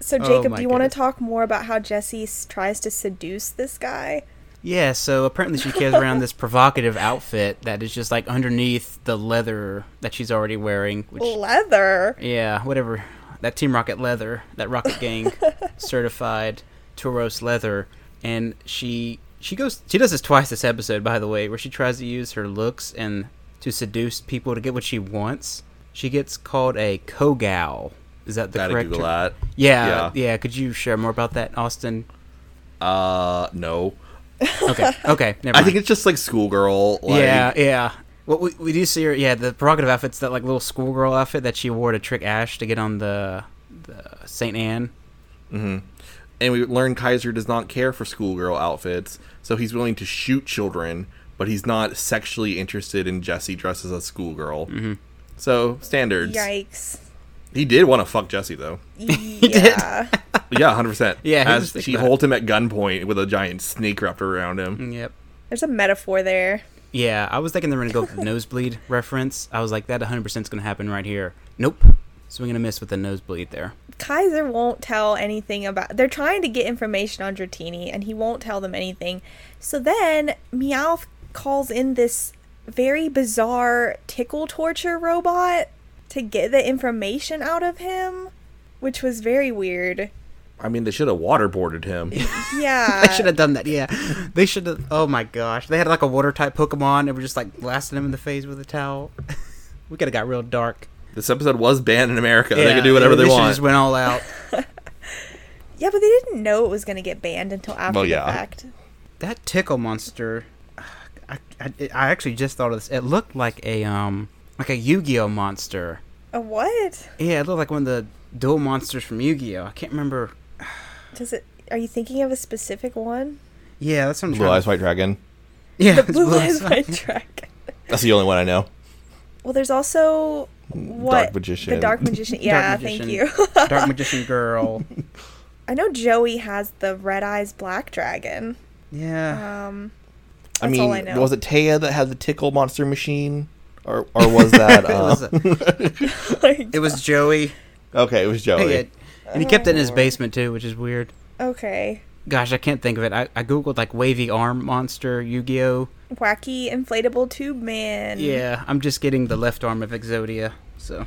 so
Oh
Jacob,
my
do you want to
goodness.
talk more about how Jesse s- tries to seduce this guy?
Yeah, so apparently she carries around this provocative outfit that is just like underneath the leather that she's already wearing. Which,
Leather.
yeah, whatever. That Team Rocket leather, that Rocket Gang certified Tauros leather, and she she goes she does this twice this episode, by the way, where she tries to use her looks and to seduce people to get what she wants. She gets called a kogal. Is that the
Gotta
correct?
Google
term?
that.
Yeah,
Yeah.
yeah, Could you share more about that, Austin?
Uh, no.
Okay, okay. Never mind.
I think it's just like schoolgirl. Like,
yeah, yeah. Well, we, we do see her. Yeah, the provocative outfit's that like little schoolgirl outfit that she wore to trick Ash to get on the the Saint Anne.
and we learn Kaiser does not care for schoolgirl outfits, so he's willing to shoot children, but he's not sexually interested in Jesse dressed as a schoolgirl.
Mm-hmm.
So standards.
Yikes.
He did want to fuck Jesse though.
Yeah.
Yeah, hundred percent.
Yeah, he was
as
thinking
she
about it.
holds him at gunpoint with a giant snake wrapped around him.
Yep.
There's a metaphor there.
Yeah, I was thinking they were gonna go with the nosebleed reference. I was like, that 100 percent is gonna happen right here. Nope. So we're gonna miss with the nosebleed there.
Kaiser won't tell anything about. They're trying to get information on Dratini, and he won't tell them anything. So then Meowth calls in this very bizarre tickle torture robot to get the information out of him, which was very weird.
I mean, they should have waterboarded him.
Yeah.
They should have done that. Yeah, they should have. Oh my gosh, they had like a water type Pokemon and were just like blasting him in the face with a towel. we could have got real dark.
this episode was banned in America. they
Yeah,
can do whatever they
should've
want.
Just went all out.
yeah, but they didn't know it was going to get banned until after
Well,
the
yeah.
fact.
that tickle monster. I, I, I actually just thought of this. It looked like a um like a Yu-Gi-Oh monster.
A what?
Yeah, it looked like one of the dual monsters from Yu-Gi-Oh. I can't remember.
Does it? Are you thinking of a specific one?
Yeah, that's what I'm
Blue
trying
Eyes
to-
White Dragon.
Yeah, it's
Blue
Blue
Eyes
Eyes
White Dragon.
That's the only one I know.
Well, there's also what
Magician.
The Dark Magician.
Dark
Yeah,
Magician-
thank you.
Dark Magician Girl.
I know Joey has the red eyes black dragon.
Yeah.
Um,
I
That's
mean,
all I know.
was it Taya that had the tickle monster machine, or or was that?
it,
uh,
was a-
like,
it was Joey.
okay, it was Joey.
Hey, it- and he kept it in
Oh.
his basement too, which is weird.
okay,
Gosh, I can't think of it. I, I googled like wavy arm monster Yu-Gi-Oh.
wacky inflatable tube man.
Yeah, I'm just getting the left arm of Exodia. So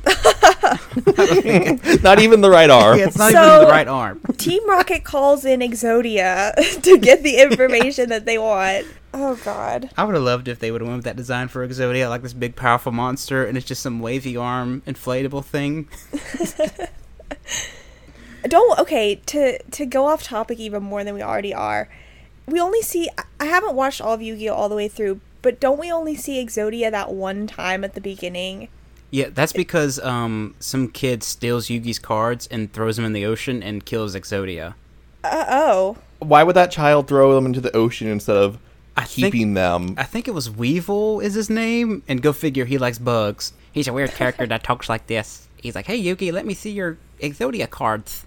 not even the right arm.
yeah, it's not
So-
even the right arm.
Team Rocket calls in Exodia to get the information that they want. Oh God.
I would have loved if they would have went with that design for Exodia, like this big powerful monster, and it's just some wavy arm inflatable thing.
Don't. Okay. To to go off topic even more than we already are. We only see. I- I haven't watched all of Yu-Gi-Oh all the way through, but don't we only see Exodia that one time at the beginning?
Yeah, that's because um, some kid steals Yugi's cards and throws them in the ocean and kills Exodia.
Uh oh.
Why would that child throw them into the ocean instead of
I think-
keeping them?
I think it was Weevil is his name, and go figure he likes bugs. He's a weird character that talks like this. He's like, "Hey Yugi, let me see your Exodia cards,"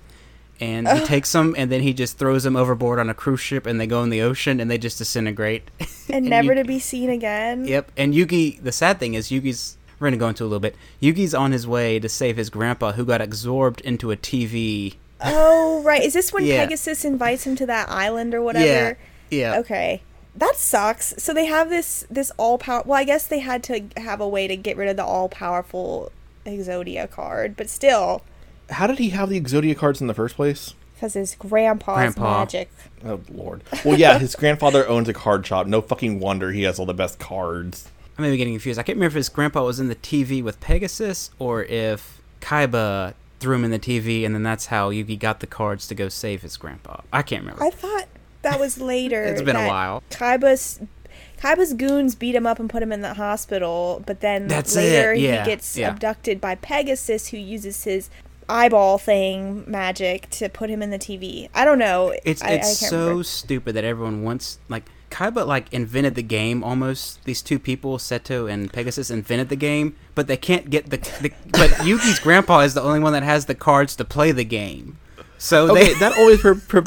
and he takes them, and then he just throws them overboard on a cruise ship, and they go in the ocean, and they just disintegrate.
And, never
Yu-
to be seen again.
Yep, and Yugi. The sad thing is, Yugi's. We're gonna go into a little bit. Yugi's on his way to save his grandpa, who got absorbed into a TV.
Oh right, is this when
Yeah.
Pegasus invites him to that island or whatever?
yeah.
Okay, that sucks. So they have this this all power. Well, I guess they had to have a way to get rid of the all powerful Exodia card, but still,
How did he have the Exodia cards in the first place?
because his grandpa's
Grandpa.
magic.
Oh lord. Well, yeah, his grandfather owns a card shop. No fucking wonder he has all the best cards.
I may be getting confused. I can't remember if his grandpa was in the TV with Pegasus or if Kaiba threw him in the TV, and then that's how Yugi got the cards to go save his grandpa. I can't remember.
I thought that was later.
It's been a
that
while.
Kaiba's Kaiba's goons beat him up and put him in the hospital, but then
That's
later
it, yeah,
he gets
yeah.
abducted by Pegasus, who uses his eyeball thing magic to put him in the TV. I don't know.
It's
I,
it's
I can't
so
remember.
stupid that everyone wants like Kaiba like invented the game almost. These two people, Seto and Pegasus, invented the game, but they can't get the. the but Yugi's grandpa is the only one that has the cards to play the game. So
Okay,
they
that always per- per-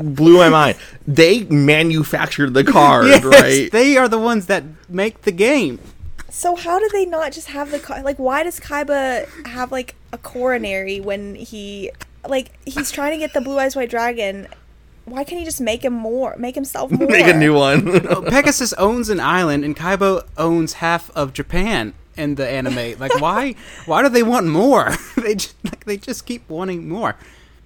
blew Oh my mind. They manufactured the card,
Yes,
right?
they are the ones that make the game.
So how do they not just have the Ka- like? Why does Kaiba have like a coronary when he like he's trying to get the blue eyes white dragon? Why can't he just make him more? Make himself more.
Make a new one.
Pegasus owns an island, and Kaiba owns half of Japan in the anime. Like why? why do they want more? they just, like they just keep wanting more.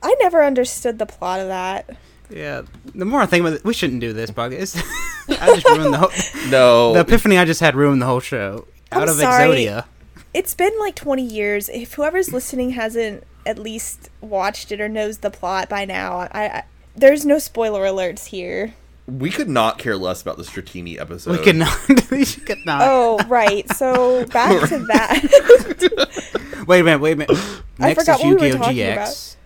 I never understood the plot of that.
Yeah. The more I think about it, we shouldn't do this, Boggy. It's- I just ruined the whole.
no.
The epiphany I just had ruined the whole show. Out
I'm
of
sorry.
Exodia.
It's been like 20 years. If whoever's listening hasn't at least watched it or knows the plot by now, I, I there's no spoiler alerts here.
we could not care less about the Stratini episode.
We could not. we could not.
Oh, right. So back to that.
Wait a minute. Wait a minute. Next
forgot
is
what we
Yu Gi
were
Oh!
talking
GX.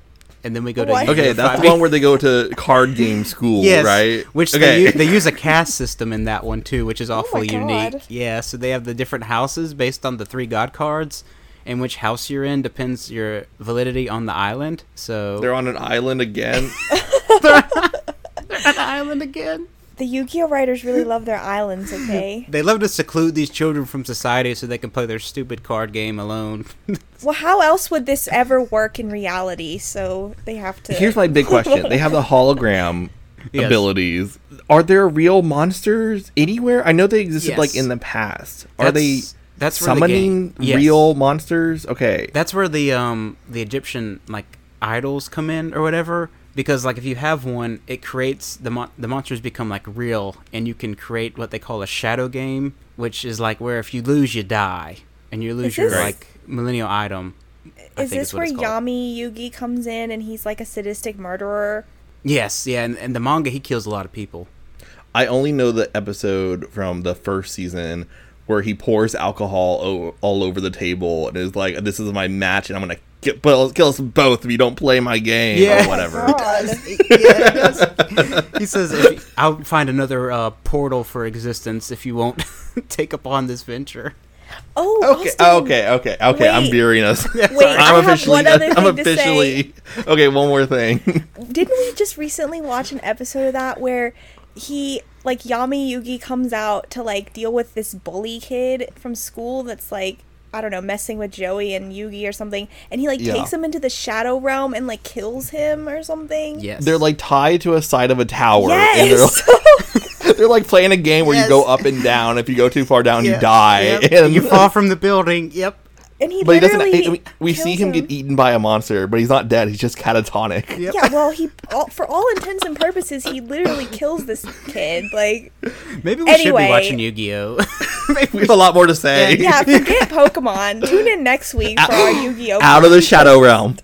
and then we go to
What?
Yu-Gi-Oh!
Okay, that's
5e.
the one where they go to card game school,
Yes,
right?
Which they,
okay.
u- they use a caste system in that one too, which is awfully
God.
unique. Yeah, so they have the different houses based on the three god cards, and which house you're in depends your validity on the island. So
They're on an island again.
an island again.
The Yu-Gi-Oh writers really love their islands, okay?
They love to seclude these children from society so they can play their stupid card game alone.
well, how else would this ever work in reality? So they have to
Here's my big question: They have the hologram
Yes.
abilities. Are there real monsters anywhere? I know they existed
Yes.
like in the past. Are they
That's- that's where the
summoning
game- yes.
real monsters? Okay,
That's where the um the Egyptian like idols come in or whatever because like if you have one it creates the mon- the monsters become like real and you can create what they call a shadow game which is like where if you lose you die and you lose
Is
your
this-
like millennial item. I think
Is this
what
where
it's called.
Yami Yugi comes in and he's like a sadistic murderer?
Yes, yeah, and, and the manga he kills a lot of people.
I only know the episode from the first season where he pours alcohol o- all over the table and is like, "This is my match, and I'm gonna ki- kill, kill us both if you don't play my game
Yeah.
or whatever."
He says if, I'll find another uh, portal for existence if you won't take up on this venture.
Oh,
Okay,
Austin,
okay, okay, okay. I'm
Wait.
veering us.
Wait, I have one other thing
I'm
to say.
officially. Okay, one more thing.
Didn't we just recently watch an episode of that where he like Yami Yugi comes out to like deal with this bully kid from school that's like I don't know messing with Joey and Yugi or something and he like
Yeah.
takes him into the shadow realm and like kills him or something.
Yes.
they're like tied to a side of a tower. and they're,
Yes.
like, they're like playing a game where you go up and down. If you go too far down, you die.
Yep.
And
you fall from the building. Yep.
and he
But he doesn't.
literally
we- we see
kills
him, get eaten by a monster, but he's not dead. He's just catatonic.
Yeah, well, he all, for all intents and purposes, he literally kills this kid. Like,
Maybe we should
Anyway.
be watching Yu-Gi-Oh.
We have a lot more to say.
yeah, forget Pokemon. Tune in next week for our Yu-Gi-Oh!
Out of the shadow realm.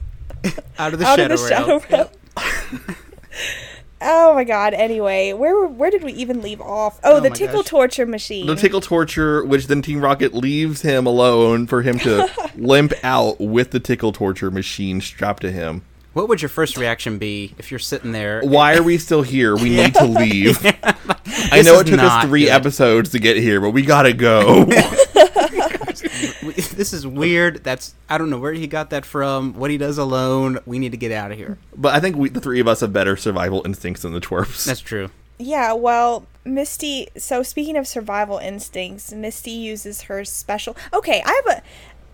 out of the
out
shadow
of the shadow
realm.
realm. oh my god! Anyway, where were- where did we even leave off? Oh, the
my
tickle
gosh.
torture machine.
The tickle torture, which then Team Rocket leaves him alone for him to limp out with the tickle torture machine strapped to him.
What would your first reaction be if you're sitting there?
Why are we still here? We need to leave. I
This
know
is
it took us
not
three
good.
episodes to get here, but we gotta go.
This is weird. That's I don't know where he got that from. What he does alone. We need to get out of here.
but I think we, the three of us have better survival instincts than the twerps.
That's true.
Yeah, well, Misty. So speaking of survival instincts, Misty uses her special. Okay, I have a,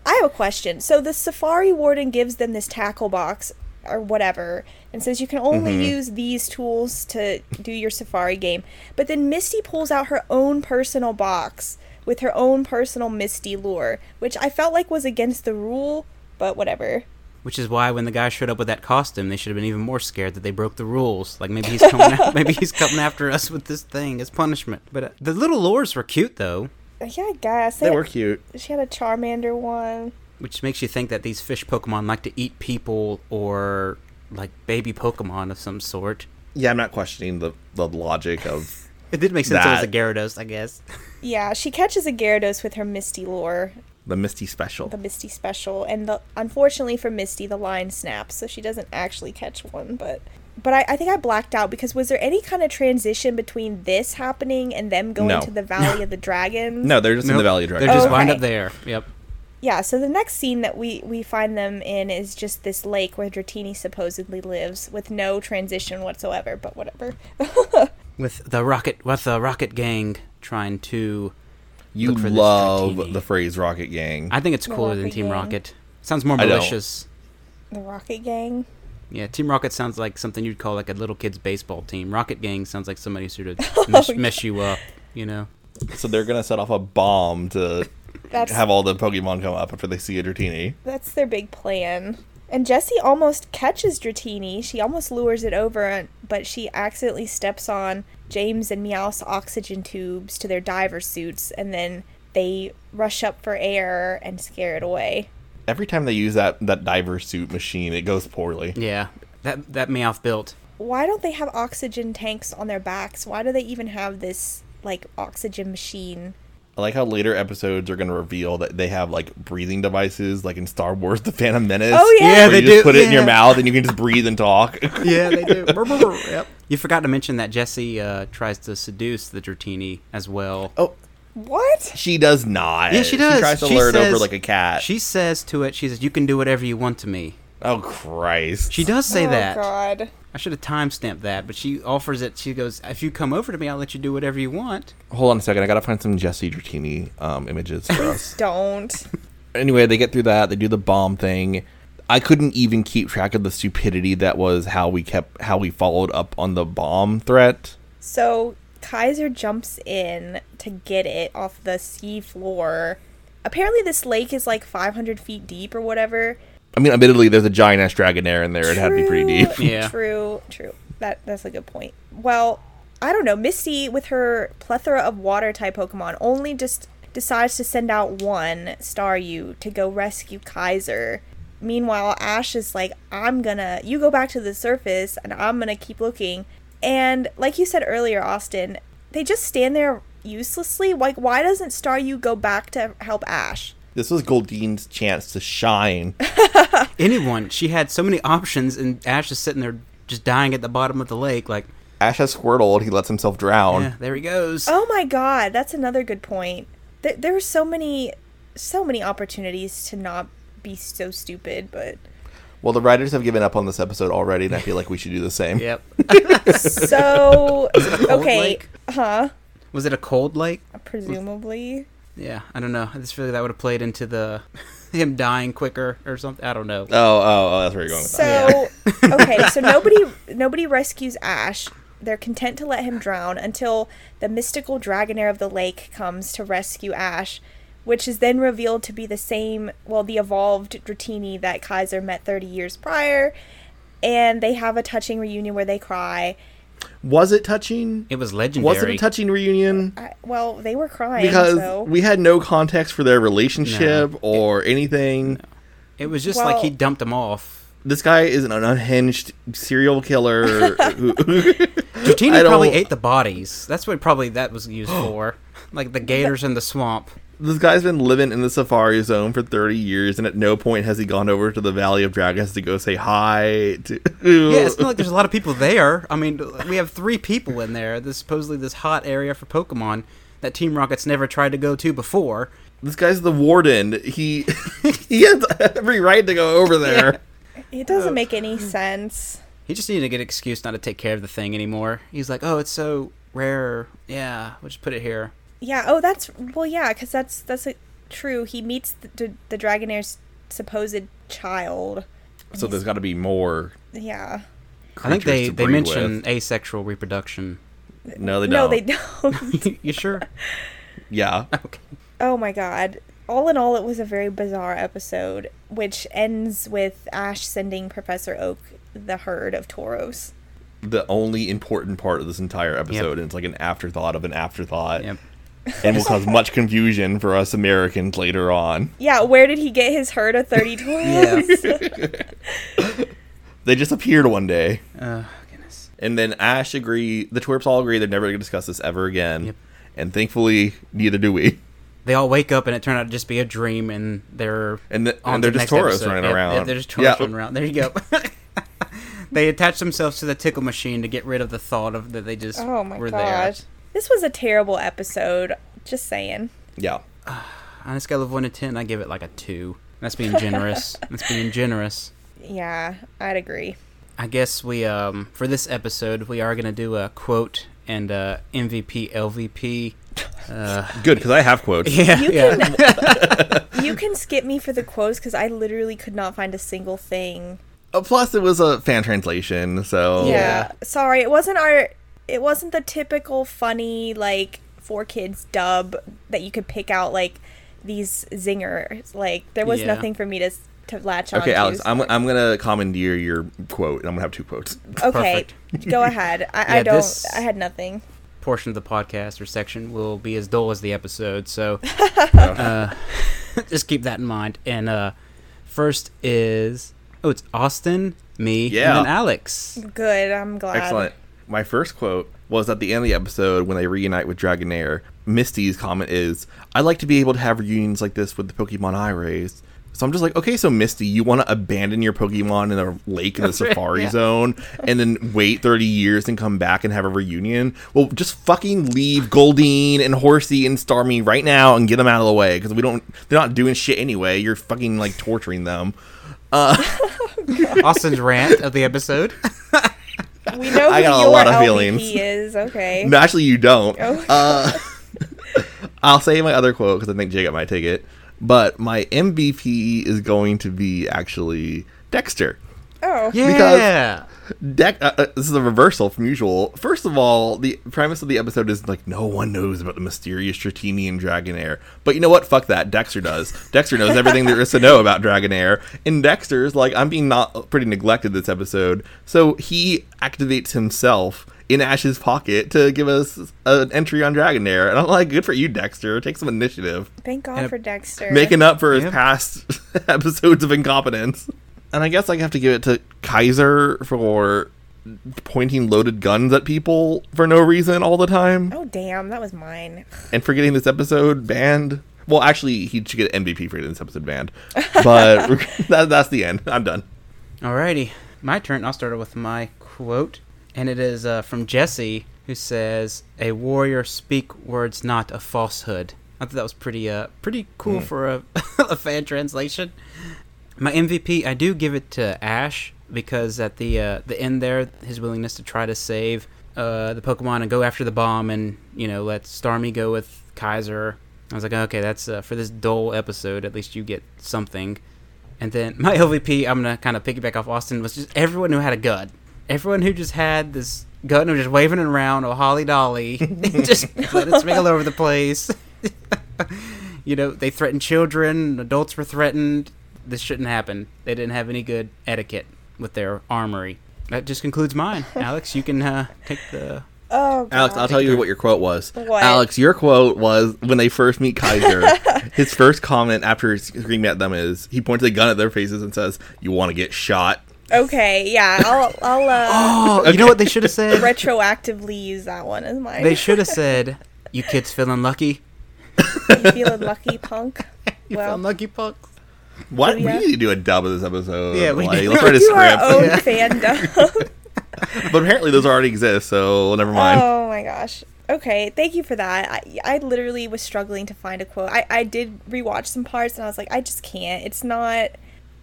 I have a question. So the Safari Warden gives them this tackle box or whatever, and says you can only use these tools to do your Safari game. But then Misty pulls out her own personal box with her own personal Misty lure, which I felt like was against the rule, but whatever.
Which is why when the guy showed up with that costume, they should have been even more scared that they broke the rules. Like maybe he's coming. af- maybe he's coming after us with this thing as punishment. But uh, the little lures were cute though,
Yeah, I guess
they were cute.
She had a Charmander one.
which makes you think that these fish Pokemon like to eat people or like baby Pokemon of some sort.
Yeah, I'm not questioning the, the logic of.
It did make sense. It was a
That-
Gyarados, I guess.
Yeah, she catches a Gyarados with her Misty lure,
The Misty Special.
the Misty special, and the unfortunately for Misty, the line snaps, so she doesn't actually catch one. But but I, I think I blacked out because was there any kind of transition between this happening and them going
No.
to the Valley of the Dragons?
No, they're just in the
Nope.
Valley of Dragons.
They just
Oh,
wind
okay.
up there. Yep.
Yeah, so the next scene that we we find them in is just this lake where Dratini supposedly lives, with no transition whatsoever. But whatever.
With the rocket, with the rocket gang trying to.
You
Look for this
love
Dratini.
the phrase Rocket Gang.
I think it's cooler than
rocket
Team
gang.
Rocket. Sounds more
I don't.
malicious.
the Rocket Gang.
Yeah, Team Rocket sounds like something you'd call like a little kid's baseball team. Rocket Gang sounds like somebody sort of mess, mess
Oh,
you up, you know.
so they're gonna set off a bomb to
That's
have all the Pokemon come up after they see a Dratini.
That's their big plan. And Jessie almost catches Dratini. She almost lures it over, but she accidentally steps on James and Meow's oxygen tubes to their diver suits, and then they rush up for air and scare it away.
Every time they use that that diver suit machine, it goes poorly.
Yeah, that that Meowth built.
Why don't they have oxygen tanks on their backs? Why do they even have this, like, oxygen machine?
I like how later episodes are going to reveal that they have like breathing devices, like in Star Wars: The Phantom Menace.
Oh, yeah.
Yeah,
where
they
you just
do,
put it in your
yeah.
mouth and you can just breathe and talk.
yeah, they do. yep. You forgot to mention that Jesse uh, tries to seduce the Dratini as well.
oh,
What?
she does not.
yeah, she does.
She tries to
She
lure it over
says-
like a cat.
She says to it, she says, "You can do whatever you want to me."
oh Christ!
She does say
oh,
that.
God.
I should have timestamped that, but she offers it. She goes, "If you come over to me, I'll let you do whatever you want."
Hold on a second. I gotta find some Jesse Dratini um, images for us.
Don't.
anyway, they get through that. They do the bomb thing. I couldn't even keep track of the stupidity that was how we kept how we followed up on the bomb threat.
So Kaiser jumps in to get it off the sea floor. Apparently, this lake is like 500 feet deep or whatever.
I mean, admittedly, there's a giant ass dragonair in there. It had to be pretty deep.
True,
Yeah.
True. True. That that's a good point. Well, I don't know. Misty, with her plethora of water type Pokemon, only just decides to send out one Staryu to go rescue Kaiser. Meanwhile, Ash is like, "I'm gonna. You go back to the surface, and I'm gonna keep looking." And like you said earlier, Austin, they just stand there uselessly. Like, why doesn't Staryu go back to help Ash?
This was Goldine's chance to shine.
Anyone. She had so many options, and Ash is sitting there just dying at the bottom of the lake. Like,
Ash has Squirtle. and He lets himself drown.
yeah, there he goes.
Oh my god, that's another good point. Th- there were so many, so many opportunities to not be so stupid, but
Well, the writers have given up on this episode already, and I feel like we should do the same.
Yep.
so okay,
lake?
huh?
Was it a cold lake?
Presumably,
Yeah, I don't know. I just feel like that would have played into the him dying quicker or something. I don't know.
Oh, oh, oh, that's where you're going with that.
so okay, so nobody, nobody rescues Ash. They're content to let him drown until the mystical dragonair of the lake comes to rescue Ash, which is then revealed to be the same, well, the evolved Dratini that Kaiser met 30 years prior. And they have a touching reunion where they cry.
Was it touching?
It was legendary.
Was it a touching reunion?
I, well, they were crying.
Because
so.
we had no context for their relationship or anything.
It was just
Well-
like he dumped him off.
this guy is an unhinged serial killer. who- I
Dratini
don't-
probably ate the bodies. That's what probably that was used for. Like the gators in the swamp.
this guy's been living in the safari zone for 30 years, and at no point has he gone over to the Valley of Dragons to go say hi. To,
Yeah, it's not like there's a lot of people there. I mean, we have three people in there. This supposedly this hot area for Pokemon that Team Rocket's never tried to go to before.
this guy's the warden. He he has every right to go over there.
it doesn't make any sense.
He just needed to get an excuse not to take care of the thing anymore. He's like, oh, it's so rare. Yeah, we'll just put it here.
Yeah. Oh, that's well. Yeah, because that's that's a, true. He meets the, the, the Dragonair's supposed child.
So there's got to be more.
Yeah.
I think they,
creatures to
they
breed
mention asexual reproduction.
with. No, they don't.
No, they don't.
you sure?
Yeah.
Okay.
oh my god. All in all, it was a very bizarre episode, which ends with Ash sending Professor Oak the herd of Tauros.
The only important part of this entire episode, and it's like an afterthought of an afterthought,
Yep.
and will cause much confusion for us Americans later on.
Yeah, where did he get his herd of 30 Tauros?
They just appeared one day.
Oh, goodness.
And then Ash agree. The twerps all agree they're never going to discuss this ever again.
Yep.
And thankfully, neither do we.
They all wake up and it turned out to just be a dream, and they're
And the-
on
and
to
they're just
next
Tauros
episode.
running
Yeah,
around.
yeah, They're just Tauros
Yeah.
running around. There you go. they attach themselves to the tickle machine to get rid of the thought of that they just
oh my
were
gosh.
there.
This was a terrible episode. Just saying.
Yeah.
On a scale of one to ten, I give it like a two. That's being generous. That's being generous.
Yeah, I'd agree.
I guess we um for this episode we are gonna do a quote and uh, MVP LVP.
Good, because I have quotes.
Yeah,
You
yeah.
can you can skip me for the quotes because I literally could not find a single thing.
Uh, Plus, it was a fan translation, so.
Yeah.
sorry, it wasn't our. It wasn't the typical funny like four kids dub that you could pick out like these zingers. Like there was
Yeah.
nothing for me to s- to latch on.
Okay, Alex, I'm, I'm going to commandeer your quote, and I'm going to have two quotes.
okay. go ahead. I, I
Yeah,
don't.
this-
I had nothing.
portion of the podcast or section will be as dull as the episode. So uh, just keep that in mind. And uh, first is oh, it's Austin, me,
Yeah.
and then Alex.
Good. I'm glad.
Excellent. My first quote was at the end of the episode when they reunite with Dragonair. Misty's comment is, "I'd like to be able to have reunions like this with the Pokemon I raised." So I'm just like, okay, so Misty, you want to abandon your Pokemon in a lake in the safari zone and then wait 30 years and come back and have a reunion? Well, just fucking leave Goldeen and Horsey and Starmie right now and get them out of the way because we don't, they're not doing shit anyway. You're fucking like torturing them.
Austin's rant of the episode.
We know who
I got a
your
lot of
LVP
feelings.
is. Okay.
No, actually, you don't.
Oh.
Uh, I'll say my other quote because I think Jacob might take it. But my MVP is going to be actually Dexter.
Oh.
Yeah.
Deck. Uh, uh, this is a reversal from usual. First of all, the premise of the episode is like no one knows about the mysterious Tritemian Dragonair. But you know what? Fuck that. Dexter does. Dexter knows everything there is to know about Dragonair. And Dexter's like, I'm being not pretty neglected this episode. So he activates himself in Ash's pocket to give us an entry on Dragonair. And I'm like, good for you, Dexter. Take some initiative
Thank God
And a-
for Dexter.
making up for his
Yeah.
past episodes of incompetence. And I guess I have to give it to Kaiser for pointing loaded guns at people for no reason all the time
oh damn, that was mine.
and for getting this episode banned. Well, actually, he should get MVP for getting this episode banned. But that, that's the end. I'm done.
Alrighty, my turn. I'll start with my quote, and it is uh, from Jesse, who says, "A warrior speak words not a falsehood." I thought that was pretty, uh, pretty cool for a, a fan translation. My MVP, I do give it to Ash because at the uh, the end there, his willingness to try to save uh, the Pokemon and go after the bomb, and you know let Starmie go with Kaiser. I was like, okay, that's uh, for this dull episode. At least you get something. And then my LVP, I'm gonna kind of piggyback off Austin, was just everyone who had a gun, everyone who just had this gun and was just waving it around, or holly dolly, just let it swing all over the place. you know, they threatened children, adults were threatened. This shouldn't happen. They didn't have any good etiquette with their armory. That just concludes mine. Alex, you can uh, take the.
Oh God.
Alex, I'll tell you what your quote was.
What?
Alex, your quote was when they first meet Kaiser. his first comment after screaming at them is he points a gun at their faces and says, "You want to get shot."
okay, yeah, I'll I'll uh,
Oh, you know what they should have said?
retroactively use that one as mine.
They should have said, "You kids feeling lucky?
you feeling lucky, punk?
You
Well,
feeling lucky, punks?"
Why do
yeah.
we need to do a dub of this episode?
Yeah, we
like,
do.
let's write a
you
script.
are own fandom.
But apparently those already exist, so never mind.
oh my gosh. Okay, thank you for that. I, I literally was struggling to find a quote. I, I did rewatch some parts and I was like, I just can't. It's not.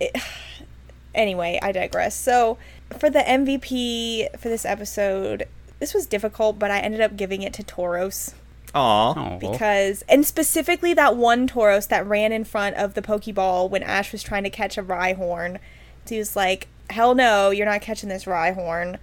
It, anyway, I digress. So, for the MVP for this episode, this was difficult, but I ended up giving it to Tauros.
Aw.
Oh, well.
because and specifically that one Tauros that ran in front of the Pokeball when Ash was trying to catch a Rhyhorn. He was like, "Hell no, you're not catching this Rhyhorn."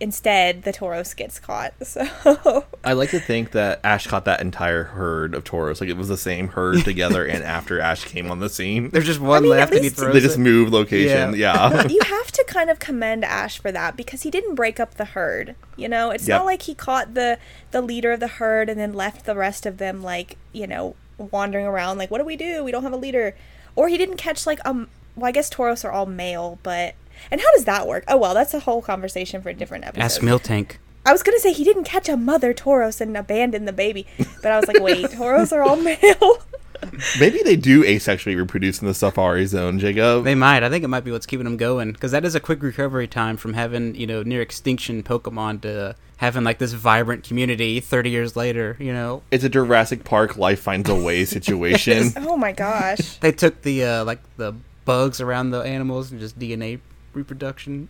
Instead, the Tauros gets caught. So
I like to think that Ash caught that entire herd of Tauros. Like it was the same herd together and after Ash came on the scene.
There's just one
mean, at
left, and he
least-
throws
They just
it.
moved location. Yeah.
you have to kind of commend Ash for that because he didn't break up the herd. You know, it's
Yep.
not like he caught the the leader of the herd and then left the rest of them like you know wandering around like what do we do? We don't have a leader, or he didn't catch like um. Well, I guess Tauros are all male, but and how does that work? Oh well, that's a whole conversation for a different episode.
Ask Miltank.
I was gonna say he didn't catch a mother Tauros and abandon the baby, but I was like, wait, Tauros are all male.
Maybe they do asexually reproduce in the safari zone, Jacob.
They might. I think it might be what's keeping them going because that is a quick recovery time from having you know near extinction Pokemon to having like this vibrant community thirty years later. You know,
it's a Jurassic Park life finds a way situation.
oh my gosh.
they took the uh, like the bugs around the animals and just DNA reproduction.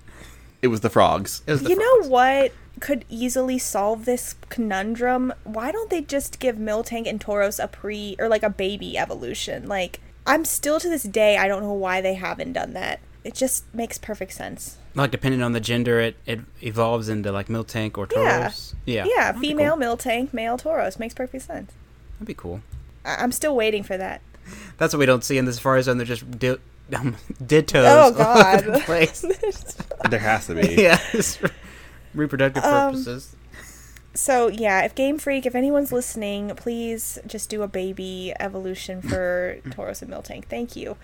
it was the frogs.
It was the
you
fir-
know what could easily solve this conundrum? Why don't they just give Miltank and Tauros a pre or like a baby evolution? Like I'm still to this day I don't know why they haven't done that. It just makes perfect sense.
like depending on the gender, it, it evolves into like Miltank or
Yeah.
Tauros. Yeah,
Yeah,
That'd be
female
Cool.
Miltank, male Tauros makes perfect sense.
That'd be cool.
I- I'm still waiting for that.
That's what we don't see in the Safari Zone. They're just di- um, dittos.
Oh,
all over the
God.
place.
There has to be.
yeah, it's for reproductive
Um,
purposes.
So yeah, if Game Freak, if anyone's listening, please just do a baby evolution for Tauros and Miltank. Thank you.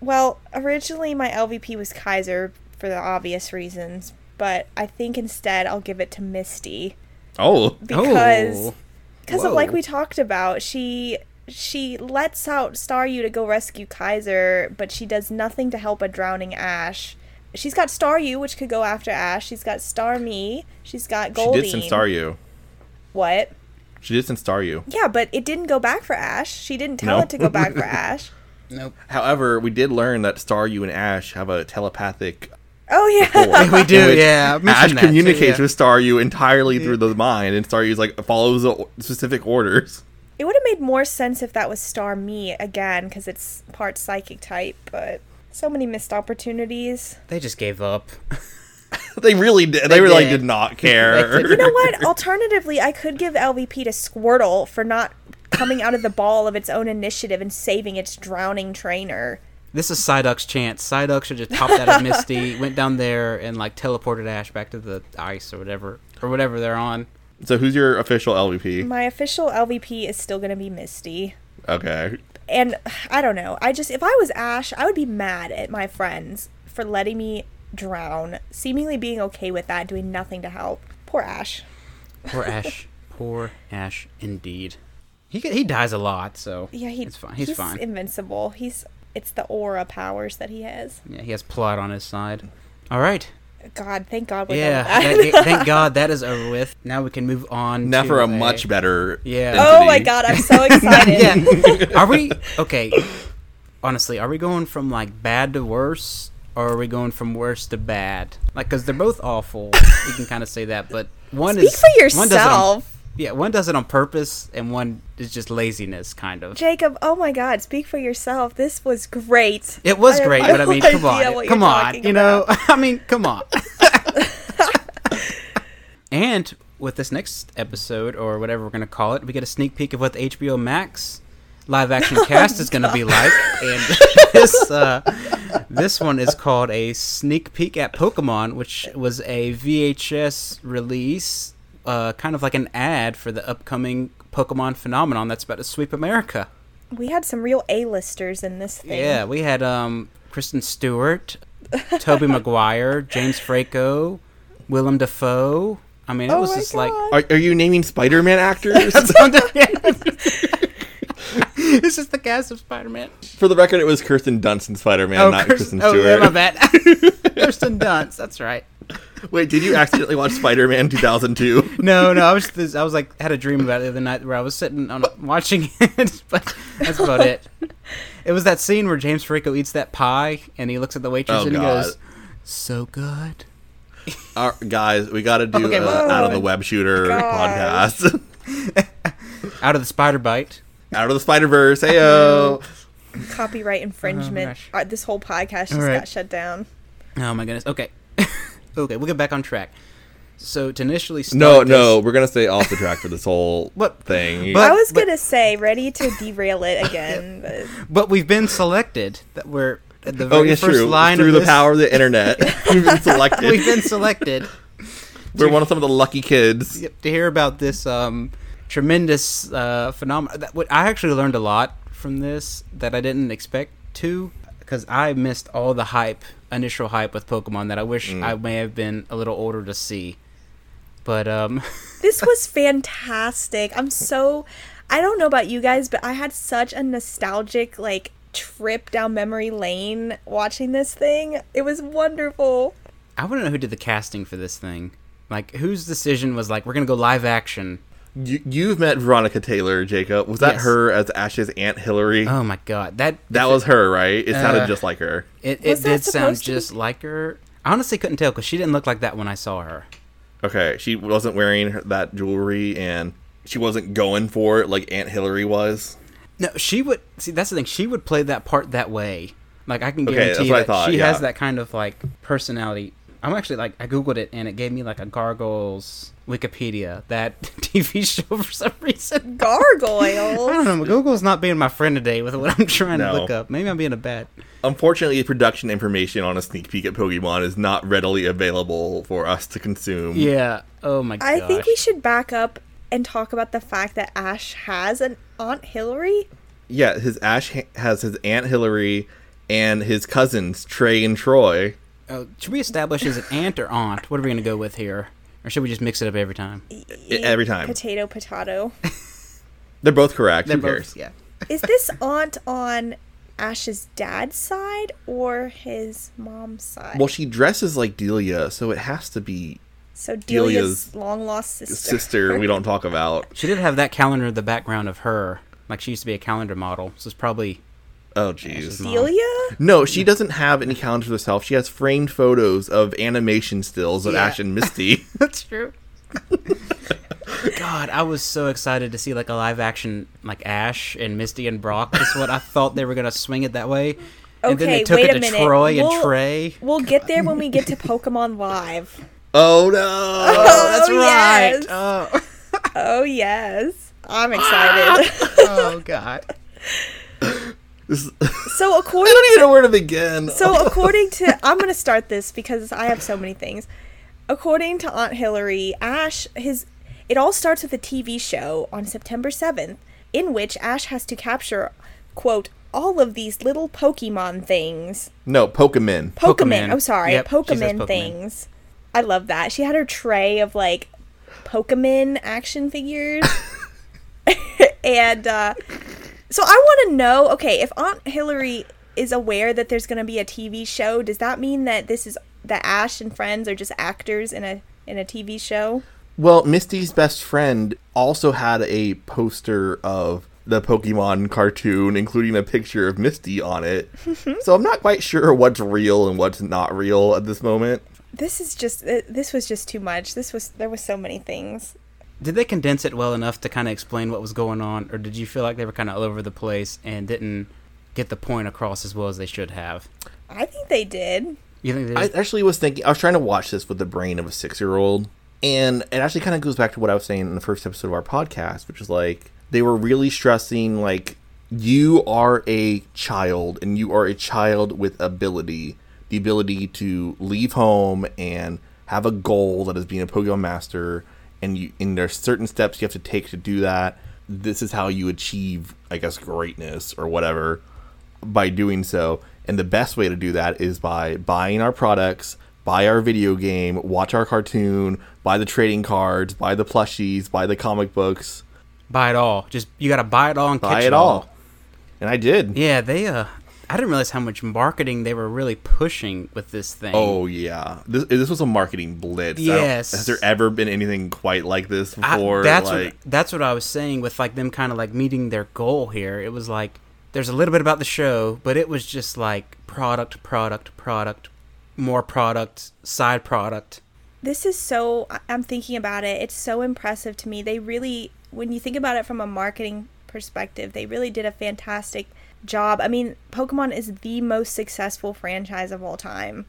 Well, originally my LVP was Kaiser for the obvious reasons, but I think instead I'll give it to Misty
Oh,
because
Oh.
because of like
Whoa.
we talked about she she lets out staryu to go rescue kaiser but she does nothing to help a drowning ash she's got staryu which could go after ash she's got star me she's got
she
goldie
did some star you.
what
She did some star you.
yeah but it didn't go back for ash she didn't tell
No.
it to go back for ash
Nope.
However, we did learn that star you and Ash have a telepathic.
oh yeah
rapport
We do,
in which
yeah, I mentioned
Ash
that too,
communicates
yeah.
with Star You entirely through the mind, and Star You's like follows the o- specific orders.
it would have made more sense if that was star me again because it's part psychic type but so many missed opportunities
They just gave up.
They really did. They, really
did.
did not care.
did.
You know what? Alternatively, I could give LVP to Squirtle for not coming out of the ball of its own initiative and saving its drowning trainer.
This is Psyduck's chance. Psyduck should just popped out of Misty, went down there, and like teleported Ash back to the ice or whatever or whatever they're on.
so who's your official LVP?
My official LVP is still going to be Misty.
Okay.
And I don't know. I just, if I was Ash, I would be mad at my friends for letting me drown, seemingly being okay with that, doing nothing to help. Poor Ash.
Poor Ash. Poor Ash, indeed. He get- he dies a lot, so
Yeah, he,
it's fine. He's, fine.
invincible. He's, it's the aura powers that he has.
yeah, he has plot on his side. All right.
God, thank God we're done
Yeah.
with that.
that- thank God that is over with. Now we can move on.
Now
to
for a much better.
Yeah.
Oh
density.
my God, I'm so excited.
yeah. Are we okay? Honestly, are we going from like bad to worse, or are we going from worse to bad? Like, because they're both awful. you can kind of say that, but one
Speak
is
for
One does it on,
yourself.
yeah, one does it on purpose, and one is just laziness, kind of.
Jacob, oh my God, speak for yourself. This was great.
It was
I have
great, but I
no
mean, come
idea what
on,
you're
come on,
talking
you know,
about.
I mean, come on. and with this next episode or whatever we're gonna call it, we get a sneak peek of what the HBO Max live action
Oh
cast is gonna be like. And this uh, this one is called a sneak peek at Pokemon, which was a VHS release, uh, kind of like an ad for the upcoming Pokemon phenomenon that's about to sweep America.
We had some real A-listers in this thing.
Yeah, we had um, Kristen Stewart, Toby Maguire, James Franco, Willem Dafoe. I mean, it
Oh
was
my
just
God.
Are, are you naming Spider-Man actors?
like. this is the cast of Spider Man.
For the record, it was Kirsten Dunst in Spider-Man, not Kristen,
oh,
Stewart.
yeah, my bad. Kirsten Dunst, that's right.
Wait, did you accidentally watch Spider-Man 2002?
No, no, I was just, I was like had a dream about it the other night where I was sitting on watching it, but that's about it. It was that scene where James Franco eats that pie and he looks at the waitress
Oh,
and he
God.
goes, "So good."
Our, guys, we got to do
Okay,
a
whoa.
out of the web shooter
Oh God.
podcast.
Out of the spider bite.
out of the Spider Verse. Heyo.
Copyright infringement.
Oh, gosh.
Uh, this whole podcast just
All right.
got shut down.
Oh my goodness. Okay. okay, we'll get back on track. So to initially start
No,
this-
no, we're gonna stay off the track for this whole
But-
thing.
but-
I was
but-
going to say, ready to derail it again. but
but we've been selected that we're at the
oh,
very
yes,
first
true.
line
Through
of
the
this-
power of the internet, we've been selected.
We've been selected
we're one of some of the lucky kids.
yep, to hear about this um, tremendous uh, phenomenon. That, what I actually learned a lot from this that I didn't expect to because I missed all the hype, initial hype with Pokemon that I wish
Mm.
I may have been a little older to see. But um,
this was fantastic. I'm so. I don't know about you guys, but I had such a nostalgic, like, trip down memory lane watching this thing. It was wonderful.
I want to know who did the casting for this thing. Like, whose decision was like, we're gonna go live action?
You, you've met Veronica Taylor, Jacob. Was that
Yes.
her as Ash's aunt Hillary?
Oh my god, that
that was her, right? It sounded
Uh,
just like her.
it.
Was
It
that
did sound
supposed to
just
be-
like her. I honestly couldn't tell because she didn't look like that when I saw her.
Okay, she wasn't wearing her, that jewelry, and she wasn't going for it like Aunt Hillary was.
No, she would see. That's the thing. She would play that part that way. Like I can
Okay,
guarantee
that's
that
what I thought,
she
yeah.
has that kind of like personality. I'm actually like I googled it and it gave me like a gargoyles Wikipedia that TV show for some reason. I
Gargoyles.
don't know. Google's not being my friend today with what I'm trying
No.
to look up. Maybe I'm being a bad.
Unfortunately, production information on a sneak peek at Pokemon is not readily available for us to consume.
Yeah. Oh my god.
I think we should back up and talk about the fact that Ash has an Aunt Hillary.
Yeah, his Ash ha- has his Aunt Hillary and his cousins, Trey and Troy.
Uh, should we establish as an aunt or aunt? What are we gonna go with here? Or should we just mix it up every E, time?
Eat
every time.
Potato, potato.
They're both correct. Who
both-
cares?
yeah.
Is this aunt on Ash's dad's side or his mom's side?
Well, she dresses like Delia, so it has to be
so
Delia's
Delia's long lost sister.
sister. We don't talk about.
She did have that calendar in the background of her. Like she used to be a calendar model, so it's probably
Oh, jeez.
Delia?
No, she doesn't have any calendars herself. She has framed photos of animation stills of
Yeah.
Ash and Misty.
That's true. God, I was so excited to see like a live action like Ash and Misty and Brock. That's what I thought they were gonna swing it that way. and then they
Okay,
took
wait
it
a
to
minute.
Troy and
We'll-
Trey.
We'll get there when we get to Pokemon Live.
oh no!
Oh, that's right.
yes.
Oh,
Oh, yes. I'm excited.
oh god.
This-
so, according
I don't even know where to begin.
So according to I'm gonna start this because I have so many things. According to Aunt Hillary, Ash his it all starts with a TV show on September seventh, in which Ash has to capture quote all of these little Pokemon things.
no,
Pokemon.
Pokemon.
Pokemon.
Oh sorry,
Yep, she says
Pokemon
Pokemon.
things. I love that. She had her tray of like Pokemon action figures. and uh so I want to know, okay, if Aunt Hillary is aware that there's going to be a TV show, does that mean that this is that Ash and friends are just actors in a in a TV show?
Well, Misty's best friend also had a poster of the Pokemon cartoon, including a picture of Misty on it. so I'm not quite sure what's real and what's not real at this moment.
This is just uh, this was just too much. This was there was so many things.
Did they condense it well enough to kind of explain what was going on, or did you feel like they were kind of all over the place and didn't get the point across as well as they should have?
I think they did.
You think they
I
did?
actually was thinking, I was trying to watch this with the brain of a six year old. And it actually kind of goes back to what I was saying in the first episode of our podcast, which is like, they were really stressing, like, you are a child and you are a child with ability the ability to leave home and have a goal that is being a Pokemon master. And you, and there's certain steps you have to take to do that. This is how you achieve, I guess, greatness or whatever by doing so. And the best way to do that is by buying our products, buy our video game, watch our cartoon, buy the trading cards, buy the plushies, buy the comic books,
buy it all. Just you got to buy it all and
buy
catch
it all. And I did.
Yeah, they. uh I didn't realize how much marketing they were really pushing with this thing.
Oh yeah, this this was a marketing blitz. I don't-
Yes.
has there ever been anything quite like this
I-
before?
that's
like,
what that's what I was saying with like them kind of like meeting their goal here. It was like there's a little bit about the show, but it was just like product, product, product, more product, side product.
this is so I- i'm thinking about it it's so impressive to me they really when you think about it from a marketing perspective they really did a fantastic job i mean pokemon is the most successful franchise of all time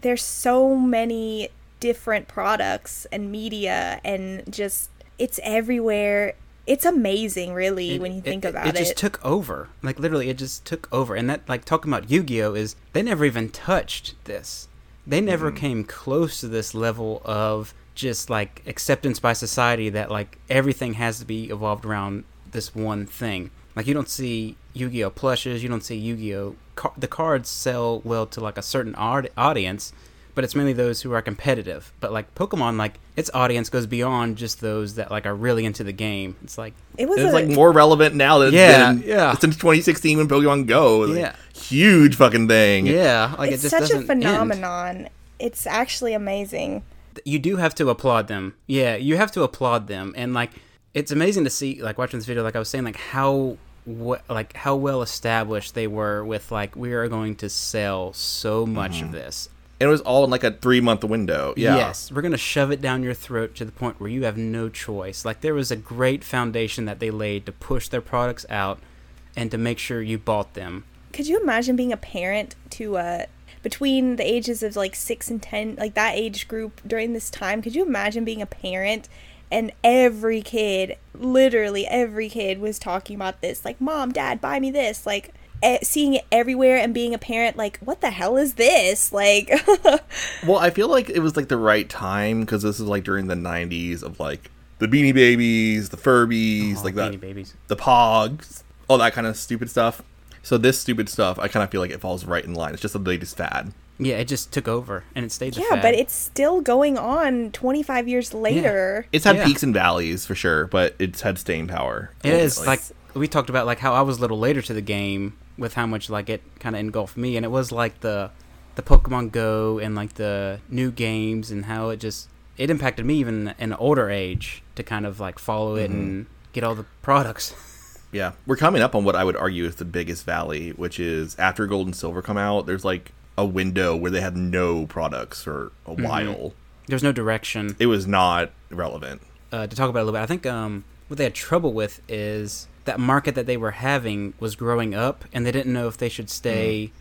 there's so many different products and media and just it's everywhere it's amazing really when you think about it,
it just took over. Like literally, it just took over. And that like talking about Yu-Gi-Oh is they never even touched this. They
Mm-hmm.
never came close to this level of just like acceptance by society that like everything has to be evolved around this one thing. Like you don't see Yu-Gi-Oh plushes, you don't see Yu-Gi-Oh car- the cards sell well to like a certain aud- audience, but it's mainly those who are competitive. But like Pokemon, like its audience goes beyond just those that like are really into the game. It's like
it was
it's
a,
like more relevant now than
Yeah,
than-
yeah.
since 2016 when Pokemon Go, like,
Yeah.
huge fucking thing.
Yeah, like
it's
it just
such a
doesn't end.
phenomenon it's actually amazing
You do have to applaud them. Yeah, you have to applaud them, and like it's amazing to see, like watching this video, like I was saying, like how what like how well established they were with like we are going to sell so much of this.
And it was all in like a three month window. Mm-hmm. Yeah.
Yes, we're going to shove it down your throat to the point where you have no choice. Like there was a great foundation that they laid to push their products out and to make sure you bought them.
could you imagine being a parent to uh between the ages of like six and ten like that age group during this time could you imagine being a parent and every kid literally every kid was talking about this like mom dad buy me this like eh, seeing it everywhere and being a parent like what the hell is this like
Well, I feel like it was like the right time because this is like during the '90s of like the Beanie Babies, the Furbies,
Oh,
like
Beanie
that,
Babies.
the Pogs, all that kind of stupid stuff. So this stupid stuff, I kind of feel like it falls right in line. It's just the latest fad.
Yeah, it just took over and it stayed. the
Yeah,
fad.
but it's still going on 25 years later.
It's had
Yeah.
peaks and valleys for sure, but it's had staying power.
It is like
ultimately.
we talked about like how I was a little later to the game with how much like it kind of engulfed me, and it was like the the Pokemon Go and like the new games and how it just it impacted me even in an older age to kind of like follow it and get all the products.
yeah, we're coming up on what I would argue is the biggest valley, which is after Gold and Silver come out. There's like a window where they had no products for a
Mm-hmm.
while.
There's no direction
It was not relevant.
uh, to talk about it a little bit. I think um, what they had trouble with is that market that they were having was growing up, and they didn't know if they should stay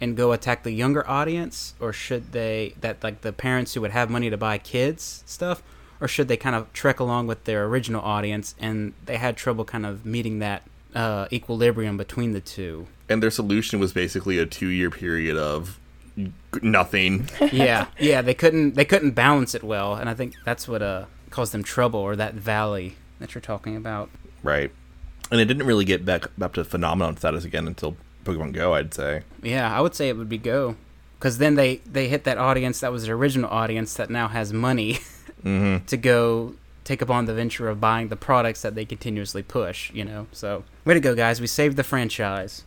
and go attack the younger audience, or should they that like the parents who would have money to buy kids stuff, or should they kind of trek along with their original audience, and they had trouble kind of meeting that uh, equilibrium between the two.
and their solution was basically a two year period of g- nothing.
yeah, yeah, they couldn't they couldn't balance it well, and I think that's what uh, caused them trouble or that valley that you're talking about.
right. And it didn't really get back up to phenomenon status again until Pokemon Go, I'd say.
Yeah, I would say it would be Go, because then they they hit that audience that was the original audience that now has money
Mm-hmm.
to go take upon the venture of buying the products that they continuously push. You know, so way to go, guys! We saved the franchise.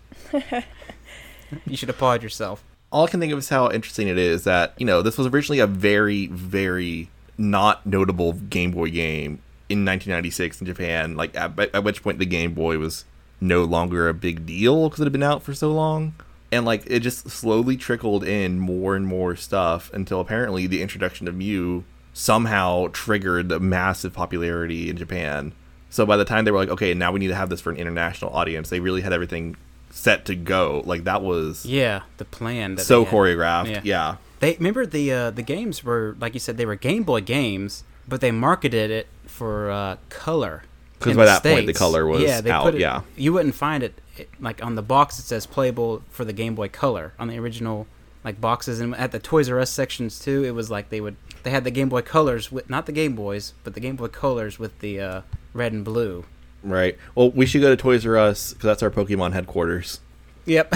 you should applaud yourself.
All I can think of is how interesting it is that, you know, this was originally a very, very not notable Game Boy game in 1996 in Japan, like at, at which point the Game Boy was no longer a big deal because it had been out for so long. And like it just slowly trickled in more and more stuff until apparently the introduction of Mew somehow triggered the massive popularity in Japan. So by the time they were like, okay, now we need to have this for an international audience, they really had everything set to go. Like that was
Yeah, the plan. That
so
they had.
choreographed.
Yeah.
Yeah.
They remember the uh, the games were like you said they were Game Boy games, but they marketed it for uh, color.
'Cause
in
by
the
that point, the color was out,
it,
yeah.
you wouldn't find it, it like on the box. It says playable for the Game Boy Color on the original like boxes, and at the Toys R Us sections too. It was like they would they had the Game Boy Colors with not the Game Boys, but the Game Boy Colors with the uh, red and blue.
Right. Well, we should go to Toys R Us because that's our Pokemon headquarters.
Yep.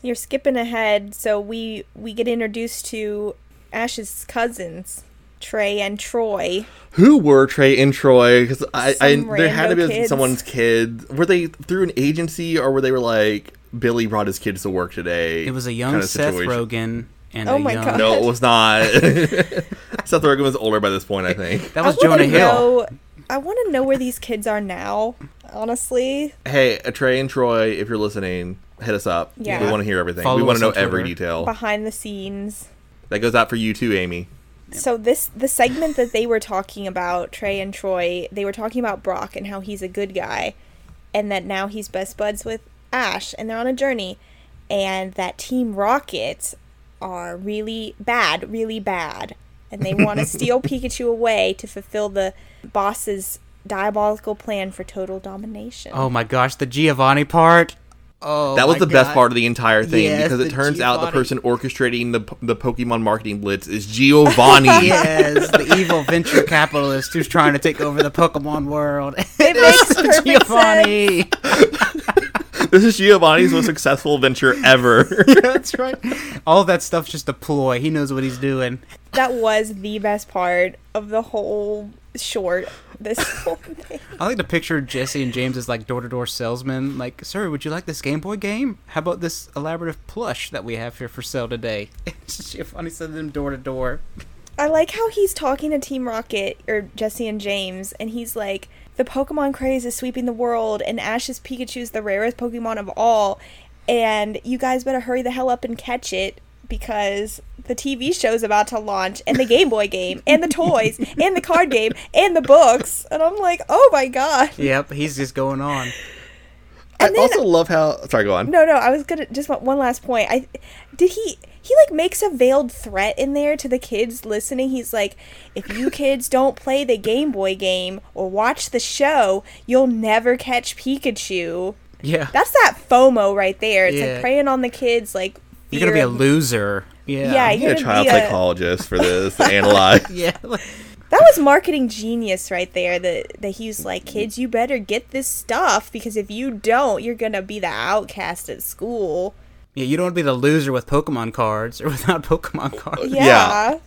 You're skipping ahead, so we we get introduced to Ash's cousins, Trey and Troy.
Who were Trey and Troy? Because I, I
Some
there had to be
rando kids.
someone's kid. Were they through an agency or were they were like Billy brought his kids to work today?
it was a young
kinda
Seth
situation?
Rogen and
Oh
a
my
young.
God.
No, it was not. Seth Rogen was older by this point, I think.
That was
I wanna
Jonah Hill.
Know, I want to know where these kids are now. Honestly,
Hey, uh, Trey and Troy, if you're listening, hit us up.
Yeah.
We want to hear everything.
Follow
we want
us
to know
on Twitter.
every detail.
behind the scenes.
That goes out for you too, Amy.
So this the segment that they were talking about Trey and Troy, they were talking about Brock and how he's a good guy and that now he's best buds with Ash and they're on a journey and that Team Rocket are really bad, really bad and they want to steal Pikachu away to fulfill the boss's diabolical plan for total domination.
Oh my gosh, the Giovanni part. Oh,
That was
my
the best
God.
part of the entire thing
Yes,
because
the
it turns out the
Giovanni.
person orchestrating the the Pokemon marketing blitz is Giovanni.
Yes, the evil venture capitalist who's trying to take over the Pokemon world.
It makes perfect sense.
This is Giovanni's most successful venture ever.
That's right. All that stuff's just a ploy. He knows what he's doing.
That was the best part of the whole short. This whole thing.
I like to picture Jesse and James as like door to door salesmen. Like, sir, would you like this Game Boy game? How about this elaborative plush that we have here for sale today? Giovanni sent them door to door.
I like how he's talking to Team Rocket or Jesse and James, and he's like, "The Pokemon craze is sweeping the world, and Ash's Pikachu's the rarest Pokemon of all, and you guys better hurry the hell up and catch it because the TV show's about to launch, and the Game Boy game, and the toys, and the card game, and the books." And I'm like, "Oh my god!"
Yep, he's just going on.
I also love how. Sorry, go on.
No, no, I was gonna just want one last point. I did he he like makes a veiled threat in there to the kids listening. He's like, if you kids don't play the Game Boy game or watch the show, you'll never catch Pikachu.
Yeah.
That's that FOMO right there. It's
Yeah.
like preying on the kids. Like
You're going to be a
fear of-
loser. Yeah.
Yeah,
I need a
you're gonna
child
uh,
be a,
psychologist for this to analyze.
Yeah.
that was marketing genius right there. That that he was like,
Mm-hmm.
kids, you better get this stuff because if you don't, you're gonna be the outcast at school.
Yeah, you don't want to be the loser with Pokemon cards or without Pokemon cards.
Yeah.
Oh,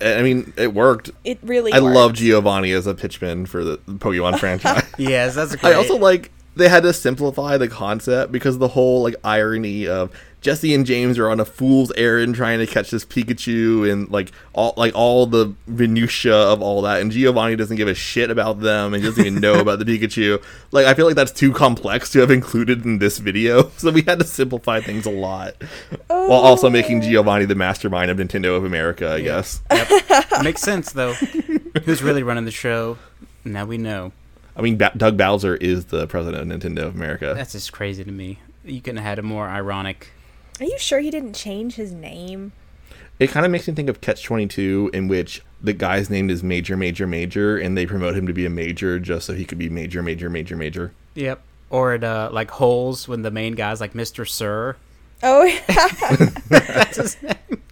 Yeah. I mean, it worked.
It really
I
worked.
love Giovanni as a pitchman for the Pokemon franchise.
Yes, that's great.
I also like they had to simplify the concept because the whole like irony of Jesse and James are on a fool's errand trying to catch this Pikachu and like all like all the minutia of all that and Giovanni doesn't give a shit about them and doesn't even know about the Pikachu. Like I feel like that's too complex to have included in this video. So we had to simplify things a lot while also making Giovanni the mastermind of Nintendo of America, I guess.
makes sense though. Who's really running the show? Now we know.
I mean, ba- Doug Bowser is the president of Nintendo of America.
That's just crazy to me. You couldn't have had a more ironic.
Are you sure he didn't change his name?
It kind of makes me think of Catch 22, in which the guy's name is Major, Major, Major, and they promote him to be a major just so he could be Major, Major, Major, Major.
Yep. Or at uh, like holes when the main guy's like Mr. Sir.
Oh, yeah.
That's his name.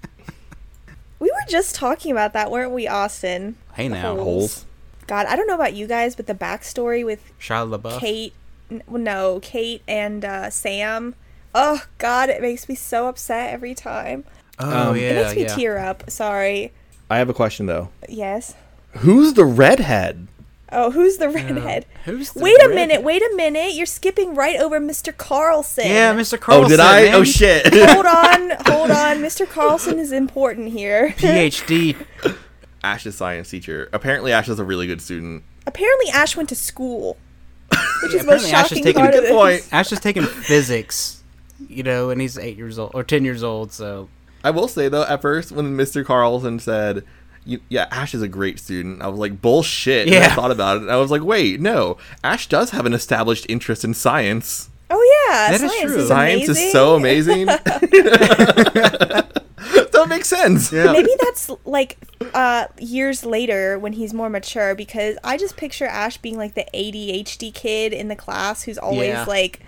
we were just talking about that, weren't we, Austin?
Hey now,
Holes.
Holes.
God, I don't know about you guys, but the backstory with
Shia LaBeouf.
Kate, n- no, Kate and uh, Sam. Oh God, it makes me so upset every time.
Um,
Oh yeah,
it makes me
yeah.
tear up. Sorry.
I have a question, though.
Yes.
Who's the redhead?
Oh, who's the redhead?
Who's the
wait a
red-
minute. Wait a minute. You're skipping right over Mr. Carlson.
Yeah, Mr. Carlson.
Oh, did I?
man.
Oh, shit.
hold on, hold on. Mr. Carlson is important here.
PhD.
Ash is science teacher. Apparently, Ash is a really good student.
Apparently, Ash went to school, which is the most
apparently Ash is
shocking
taking-
part of
Good
this.
point.
Ash is taking physics, you know, and he's eight years old or ten years old. So
I will say, though, at first, when Mr. Carlson said, "You- yeah, Ash is a great student. I was like, bullshit. And I
Yeah.
thought about it. And I was like, wait, no. Ash does have an established interest in science.
Oh yeah,
That is
science
true.
is
Science
amazing.
is so amazing. that makes sense. Yeah.
Maybe that's like uh, years later when he's more mature because I just picture Ash being like the ADHD kid in the class who's always
Yeah.
like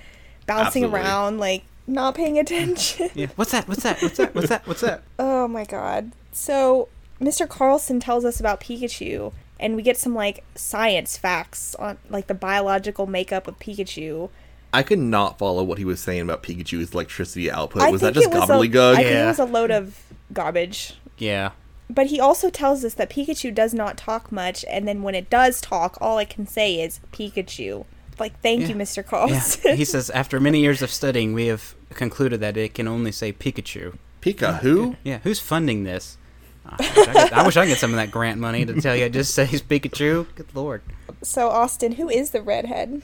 bouncing
Absolutely.
around, like not paying attention.
yeah. What's that? What's that? What's that? What's that? What's that?
Oh my god. So, Mr. Carlson tells us about Pikachu, and we get some like science facts on like the biological makeup of Pikachu.
I could not follow what he was saying about Pikachu's electricity output.
I
was that just
A, I
gobbledygook?
think it
Yeah.
was a load of garbage.
Yeah.
But he also tells us that Pikachu does not talk much, and then when it does talk, all I can say is Pikachu. Like, thank you,
Yeah.
Mr.
Yeah.
Carlson.
he says after many years of studying, we have concluded that it can only say Pikachu.
Pika who?
Yeah. Who's funding this? Ah, I wish I, could, I wish I could get some of that grant money to tell you it just says Pikachu. Good lord.
so, Austin, who is the redhead?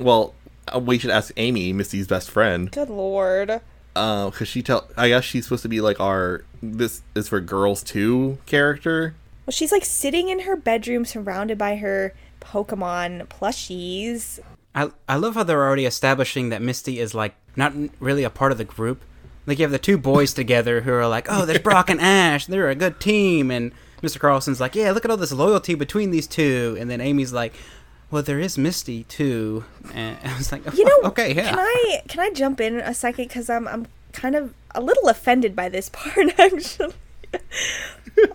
Well, uh, we should ask Amy, Misty's best friend,
Good lord.
because she tell. I guess she's supposed to be like our this is for girls too character.
Well, she's like sitting in her bedroom surrounded by her Pokemon plushies.
I I love how they're already establishing that Misty is like not n- really a part of the group. Like you have the two boys together who are like, "Oh, there's Brock and Ash. They're a good team." And Mr. Carlson's like, "Yeah, look at all this loyalty between these two. And then Amy's like, "Well, there is Misty too." And I was like,
You know,
okay, yeah."
Can I can I jump in a second because I'm I'm kind of a little offended by this part actually.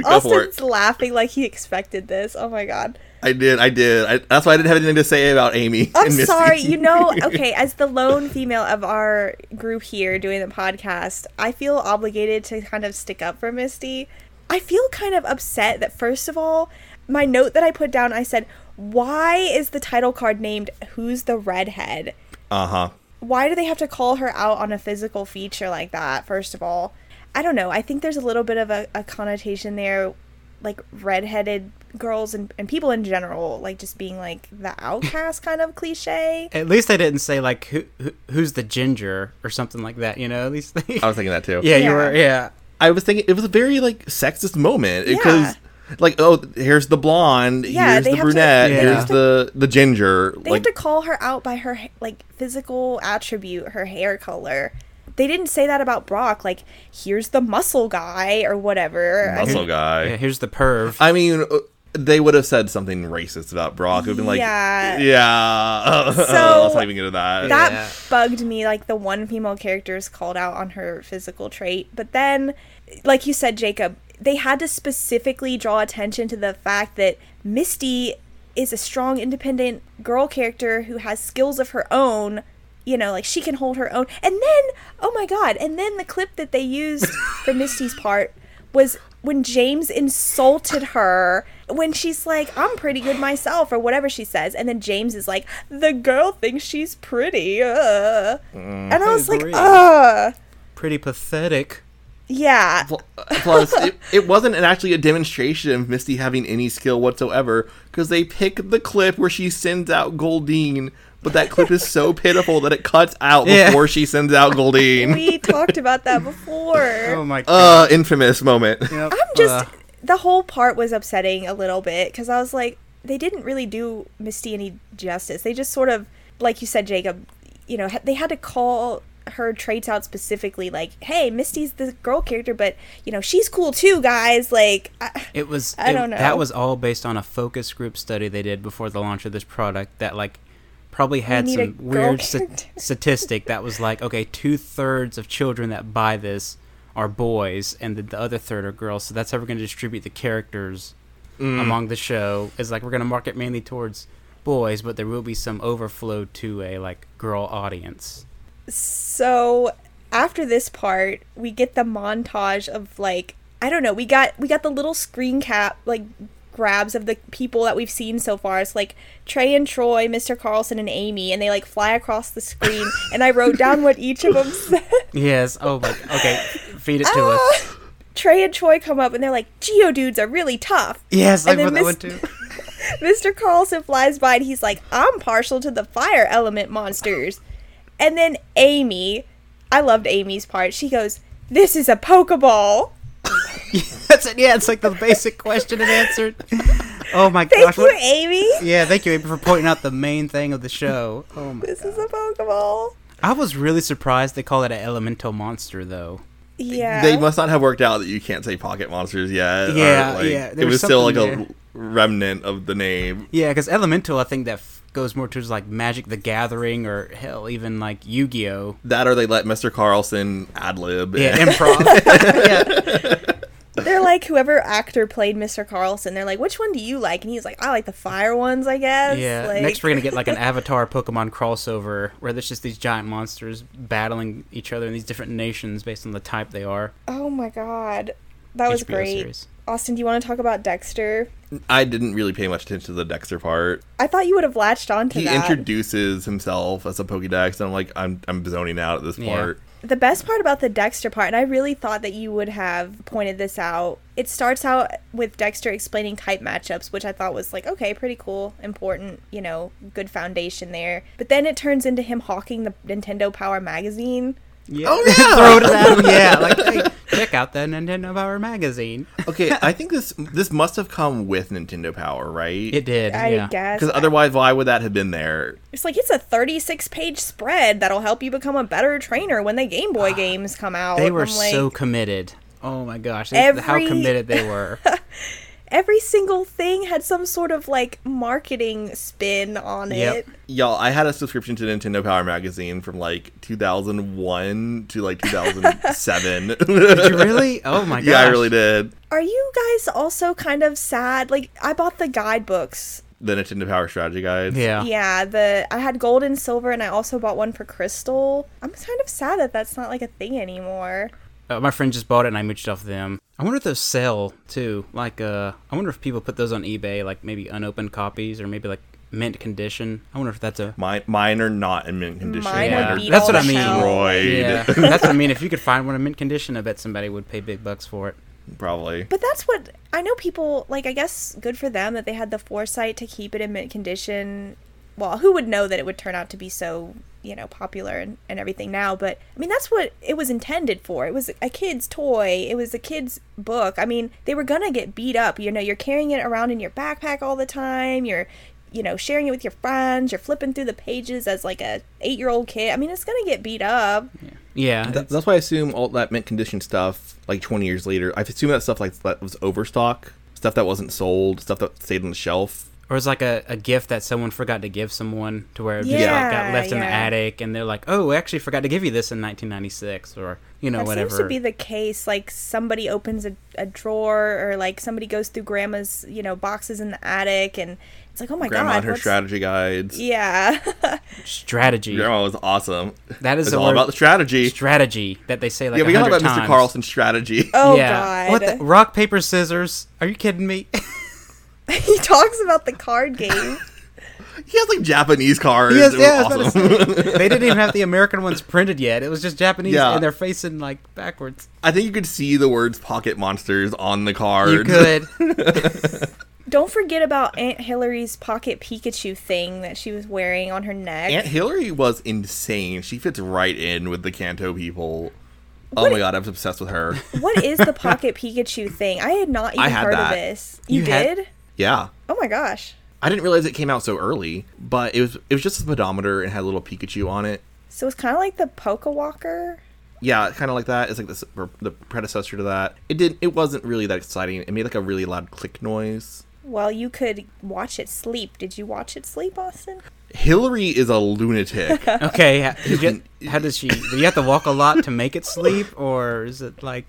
Go for
Austin's laughing like he expected this. Oh my god.
I did, I did. I, that's why I didn't have anything to say about Amy.
I'm
and Misty.
sorry. You know, okay, as the lone female of our group here doing the podcast, I feel obligated to kind of stick up for Misty. I feel kind of upset that, first of all, my note that I put down, I said, why is the title card named Who's the Redhead?
Uh huh.
Why do they have to call her out on a physical feature like that, first of all? I don't know. I think there's a little bit of a, a connotation there, like redheaded girls and, and people in general, like just being like the outcast kind of cliche.
At least they didn't say like who, who who's the ginger or something like that. You know, at least they.
I was thinking that too.
yeah, you
Yeah.
were. Yeah.
I was thinking it was a very like sexist moment because like oh here's the blonde,
Yeah,
here's
they
the
have to-
brunette,
they have
here's
to-
the the ginger.
They
like
have to call her out by her ha- like physical attribute, her hair color. They didn't say that about Brock. Like, here's the muscle guy or whatever. I
muscle
mean,
guy.
Yeah. Here's the perv.
I mean, uh, they would have said something racist about Brock. It would have been like,
Yeah.
yeah, yeah. let's not even get into that.
that
Yeah.
bugged me. Like the one female character is called out on her physical trait, but then, like you said, Jacob, they had to specifically draw attention to the fact that Misty is a strong, independent girl character who has skills of her own. you know, like she can hold her own. And then, oh my god, and then the clip that they used for Misty's part was when James insulted her when she's like, I'm pretty good myself, or whatever she says. And then James is like, the girl thinks she's pretty. Uh. and I was like,
agree.
uh.
Pretty pathetic.
Yeah.
Pl- Plus, it, it wasn't an- actually a demonstration of Misty having any skill whatsoever because they pick the clip where she sends out Goldine, but that clip is so pitiful that it cuts out
Yeah.
before she sends out Goldine.
we talked about that before.
Oh my god.
Uh, infamous moment.
Yep.
I'm just
Uh,
the whole part was upsetting a little bit because I was like, they didn't really do Misty any justice. They just sort of, like you said, Jacob, you know, ha- they had to call her traits out specifically, like, hey, Misty's the girl character, but you know, she's cool too, guys. Like, I,
it was.
I
it-
don't know.
That was all based on a focus group study they did before the launch of this product. That like probably had
need a
some
girl
weird st-
character.
statistic that was like, okay, two thirds of children that buy this are boys, and the, the other third are girls. So that's how we're going to distribute the characters among the show. Is like we're going to market mainly towards boys, but there will be some overflow to a like girl audience.
so after this part, we get the montage of like, I don't know, we got we got the little screen cap like grabs of the people that we've seen so far. It's like Trey and Troy, Mr. Carlson and Amy, and they like fly across the screen. and I wrote down what each of them said.
Yes. Oh my. Okay. Feed it to
Oh.
us.
Trey and Troy come up and they're like, Geo dudes are really tough.
Yes, I
and then
put that one
Miss-
too.
Mr. Carlson flies by and he's like, I'm partial to the fire element monsters. And then Amy, I loved Amy's part. She goes, This is a Pokeball.
That's it. Yeah, it's like the basic question and answer. Oh my
Thank
gosh.
you,
what-
Amy.
yeah, thank you April for pointing out the main thing of the show. Oh my.
This is a Pokeball.
I was really surprised they call it an elemental monster though.
Yeah.
They must not have worked out that you can't say pocket monsters yet. or,
Yeah,
like,
yeah, there
It
was
was still like
something
a remnant of the name.
Yeah, because elemental, I think that f- goes more towards like Magic the Gathering or hell, even like Yu Gi Oh.
That or they let Mr. Carlson ad lib.
Yeah, improv. yeah.
they're like whoever actor played Mr. Carlson. They're like, which one do you like? And he's like, I like the fire ones, I guess.
yeah.
Like,
Next, we're gonna get like an Avatar Pokemon crossover where there's just these giant monsters battling each other in these different nations based on the type they are.
oh my god, that was
HBO
great.
series.
Austin, do you want to talk about Dexter?
I didn't really pay much attention to the Dexter part.
I thought you would have latched onto
he
that.
introduces himself as a Pokédex, and I'm like, I'm I'm zoning out at this
Yeah.
part.
the best part about the Dexter part, and I really thought that you would have pointed this out. It starts out with Dexter explaining type matchups, which I thought was like, okay, pretty cool, important, you know, good foundation there. But then it turns into him hawking the Nintendo Power magazine.
Yeah. Oh yeah. Throw it at 'em, Yeah. Like, hey, check out the Nintendo Power magazine.
Okay, I think this this must have come with Nintendo Power, right?
It did.
I
yeah.
guess.
because otherwise, why would that have been there?
It's like it's a 36 page spread that'll help you become a better trainer when the Game Boy games come out.
Ah, They were
I'm like,
so committed. Oh my gosh, they- how
Every-
committed they were.
every single thing had some sort of like marketing spin on
Yep.
it.
Y'all, I had a subscription to Nintendo Power magazine from like 2001 to like 2007.
Did you really? Oh my gosh.
yeah, I really did.
Are you guys also kind of sad? Like I bought the guidebooks.
The Nintendo Power strategy guides.
Yeah.
Yeah, the I had gold and silver and I also bought one for crystal. I'm kind of sad that that's not like a thing anymore.
Uh, my friend just bought it and I mooched off them. I wonder if those sell too. Like, uh, I wonder if people put those on eBay, like maybe unopened copies or maybe like mint condition. I wonder if that's a.
Mine, mine are not in mint condition.
Mine
would
They're
beat That's all what the I mean. shells.
Destroyed,
Yeah. that's what I mean. If you could find one in mint condition, I bet somebody would pay big bucks for it.
probably.
But that's what I know people like I guess good for them that they had the foresight to keep it in mint condition. Well, who would know that it would turn out to be so, you know, popular and, and everything now, but I mean that's what it was intended for. It was a kid's toy, it was a kid's book. I mean, they were gonna get beat up. You know, you're carrying it around in your backpack all the time, you're you know, sharing it with your friends, you're flipping through the pages as like a eight year old kid. I mean, it's gonna get beat up.
Yeah.
Th- that's why I assume all that mint condition stuff, like 20 years later, I assume that stuff like that was overstock, stuff that wasn't sold, stuff that stayed on the shelf.
or it's like a, a gift that someone forgot to give someone to where it just like got
Yeah,
left in the
yeah.
attic and they're like oh i actually forgot to give you this in 1996 or you know
That
whatever
seems to be the case. Like somebody opens a, a drawer, or like somebody goes through grandma's, you know, boxes in the attic, and It's like, oh my
Grandma
god.
and her
what's-
strategy guides.
Yeah.
Strategy.
Grandma was awesome.
That is
it's
a
all
word-
about the strategy.
Strategy that they say like
yeah, we got
100
about
times.
Mr. Carlson's strategy.
oh
yeah.
god.
What the? Rock, paper, scissors. Are you kidding me?
he talks about the card game.
he has like Japanese cards.
Yes,
They were
yeah, I was
awesome.
about to say. they didn't even have the American ones printed yet. It was just Japanese,
Yeah.
and they're facing like backwards.
I think you could see the words "pocket monsters" on the cards.
You could.
Don't forget about Aunt Hillary's pocket Pikachu thing that she was wearing on her neck.
Aunt Hillary was insane. She fits right in with the Kanto people. Oh my god, I was obsessed with her.
what is the pocket Pikachu thing? I had not even
had
heard
that.
of this. You,
You had-
did?
yeah.
Oh my gosh.
I didn't realize it came out so early, but it was it was just a speedometer and had a little Pikachu on it.
So it's kind of like the Poke Walker.
Yeah, kind of like that. It's like this, or the predecessor to that. It didn't. It wasn't really that exciting. It made like a really loud click noise.
Well, you could watch it sleep. Did you watch it sleep, Austin?
Hillary is a lunatic.
Okay, ha- you get- how does she? Do you have to walk a lot to make it sleep, or is it like?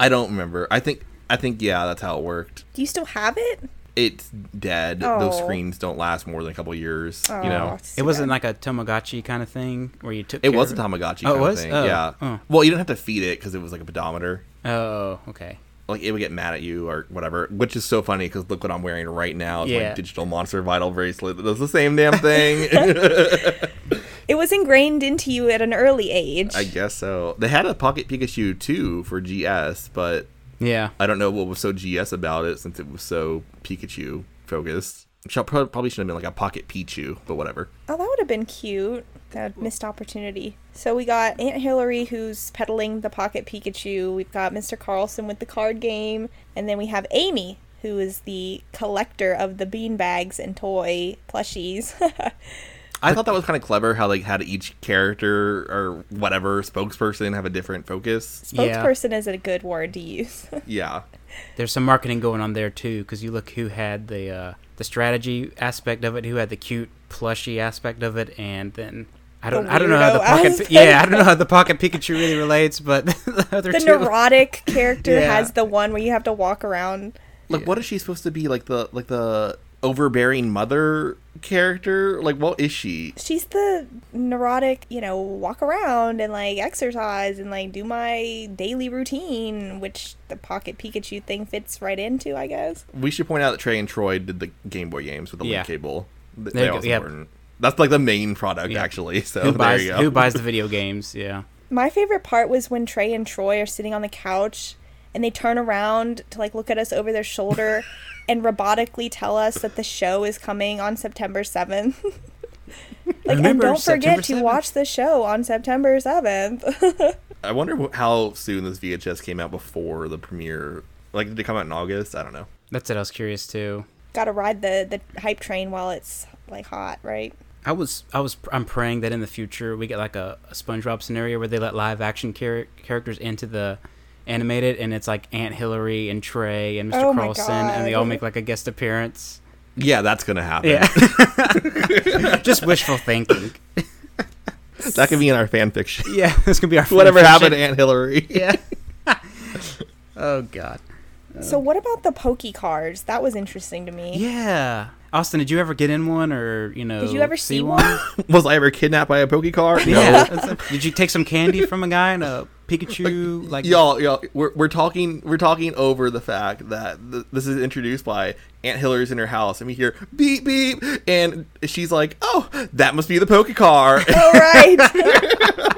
I don't remember. I think I think yeah, that's how it worked.
Do you still have it?
It's dead. Those
Oh.
screens don't last more than a couple years. you know,
it's
It
too
wasn't
bad.
like a Tomagotchi kind of thing where you took.
it
care
was a
of
Tamagotchi.
Oh, it
kind
was?
Of thing.
Oh,
Yeah.
oh.
Well, you didn't have to feed it because it was like a pedometer.
Oh, okay.
Like it would get mad at you or whatever, which is so funny because look what I'm wearing right now. It's
Yeah.
my digital monster vital bracelet that does the same damn thing.
It was ingrained into you at an early age.
I guess so. They had a Pocket Pikachu too for GS, but
Yeah.
I don't know what was so GS about it since it was so Pikachu focused. Should- prob- Probably should have been like a Pocket Pichu, but whatever.
Oh, that would have been cute. That missed opportunity. So we got Aunt Hillary who's peddling the pocket Pikachu. We've got Mr. Carlson with the card game, and then we have Amy who is the collector of the beanbags and toy plushies.
I thought that was kind of clever how like had each character or whatever spokesperson have a different focus.
Spokesperson is a good word to use.
Yeah.
There's some marketing going on there too, because you look who had the uh, the strategy aspect of it, who had the cute plushy aspect of it, and then. I don't, I don't know how the
weirdo
pocket
aspect.
yeah I don't know how the pocket Pikachu really relates but the other
the
two
neurotic character
Yeah.
has the one where you have to walk around.
Like, what is she supposed to be? Like the like the overbearing mother character? Like, what is she?
She's the neurotic, you know, walk around and like exercise and like do my daily routine, which the pocket Pikachu thing fits right into, I guess.
We should point out that Trey and Troy did the Game Boy games with the
Yeah.
link cable.
There
Th-
you
They
go,
also
yeah.
weren't. That's like the main product
Yeah.
actually. So
who
Oh, there
buys
you go.
who buys the video games yeah
My favorite part was when Trey and Troy are sitting on the couch and they turn around to like look at us over their shoulder and robotically tell us that the show is coming on September 7th. like, and
Remember
don't
September
forget to
7th?
watch the show on September 7th.
I wonder wh- how soon this VHS came out before the premiere. Like, did it come out in August? I don't know.
that's it I was curious too
Got to ride the the hype train while it's like hot, right?
I was I was I'm praying that in the future we get like a, a SpongeBob scenario where they let live action char- characters into the animated and it's like Aunt Hillary and Trey and Mr.
Oh my
Carlson and they all
God.
make like a guest appearance.
Yeah, that's gonna happen.
Yeah. Just wishful thinking.
That could be in our fan fiction.
Yeah, that's gonna be our
Whatever
fan
happened to
fiction.
Aunt Hillary?
Yeah. oh God.
So what about the pokey cards? That was interesting to me.
Yeah. Austin, did you ever get in one or you know?
Did you ever see one?
Was I ever kidnapped by a Pokecar? No.
yeah. That's a- did you take some candy from a guy and a Pikachu like?
Y'all, y'all, we're, we're talking we're talking over the fact that th- this is introduced by Aunt Hillary's in her house, and we hear beep beep, and she's like, "Oh, that must be the Pokecar."
All right.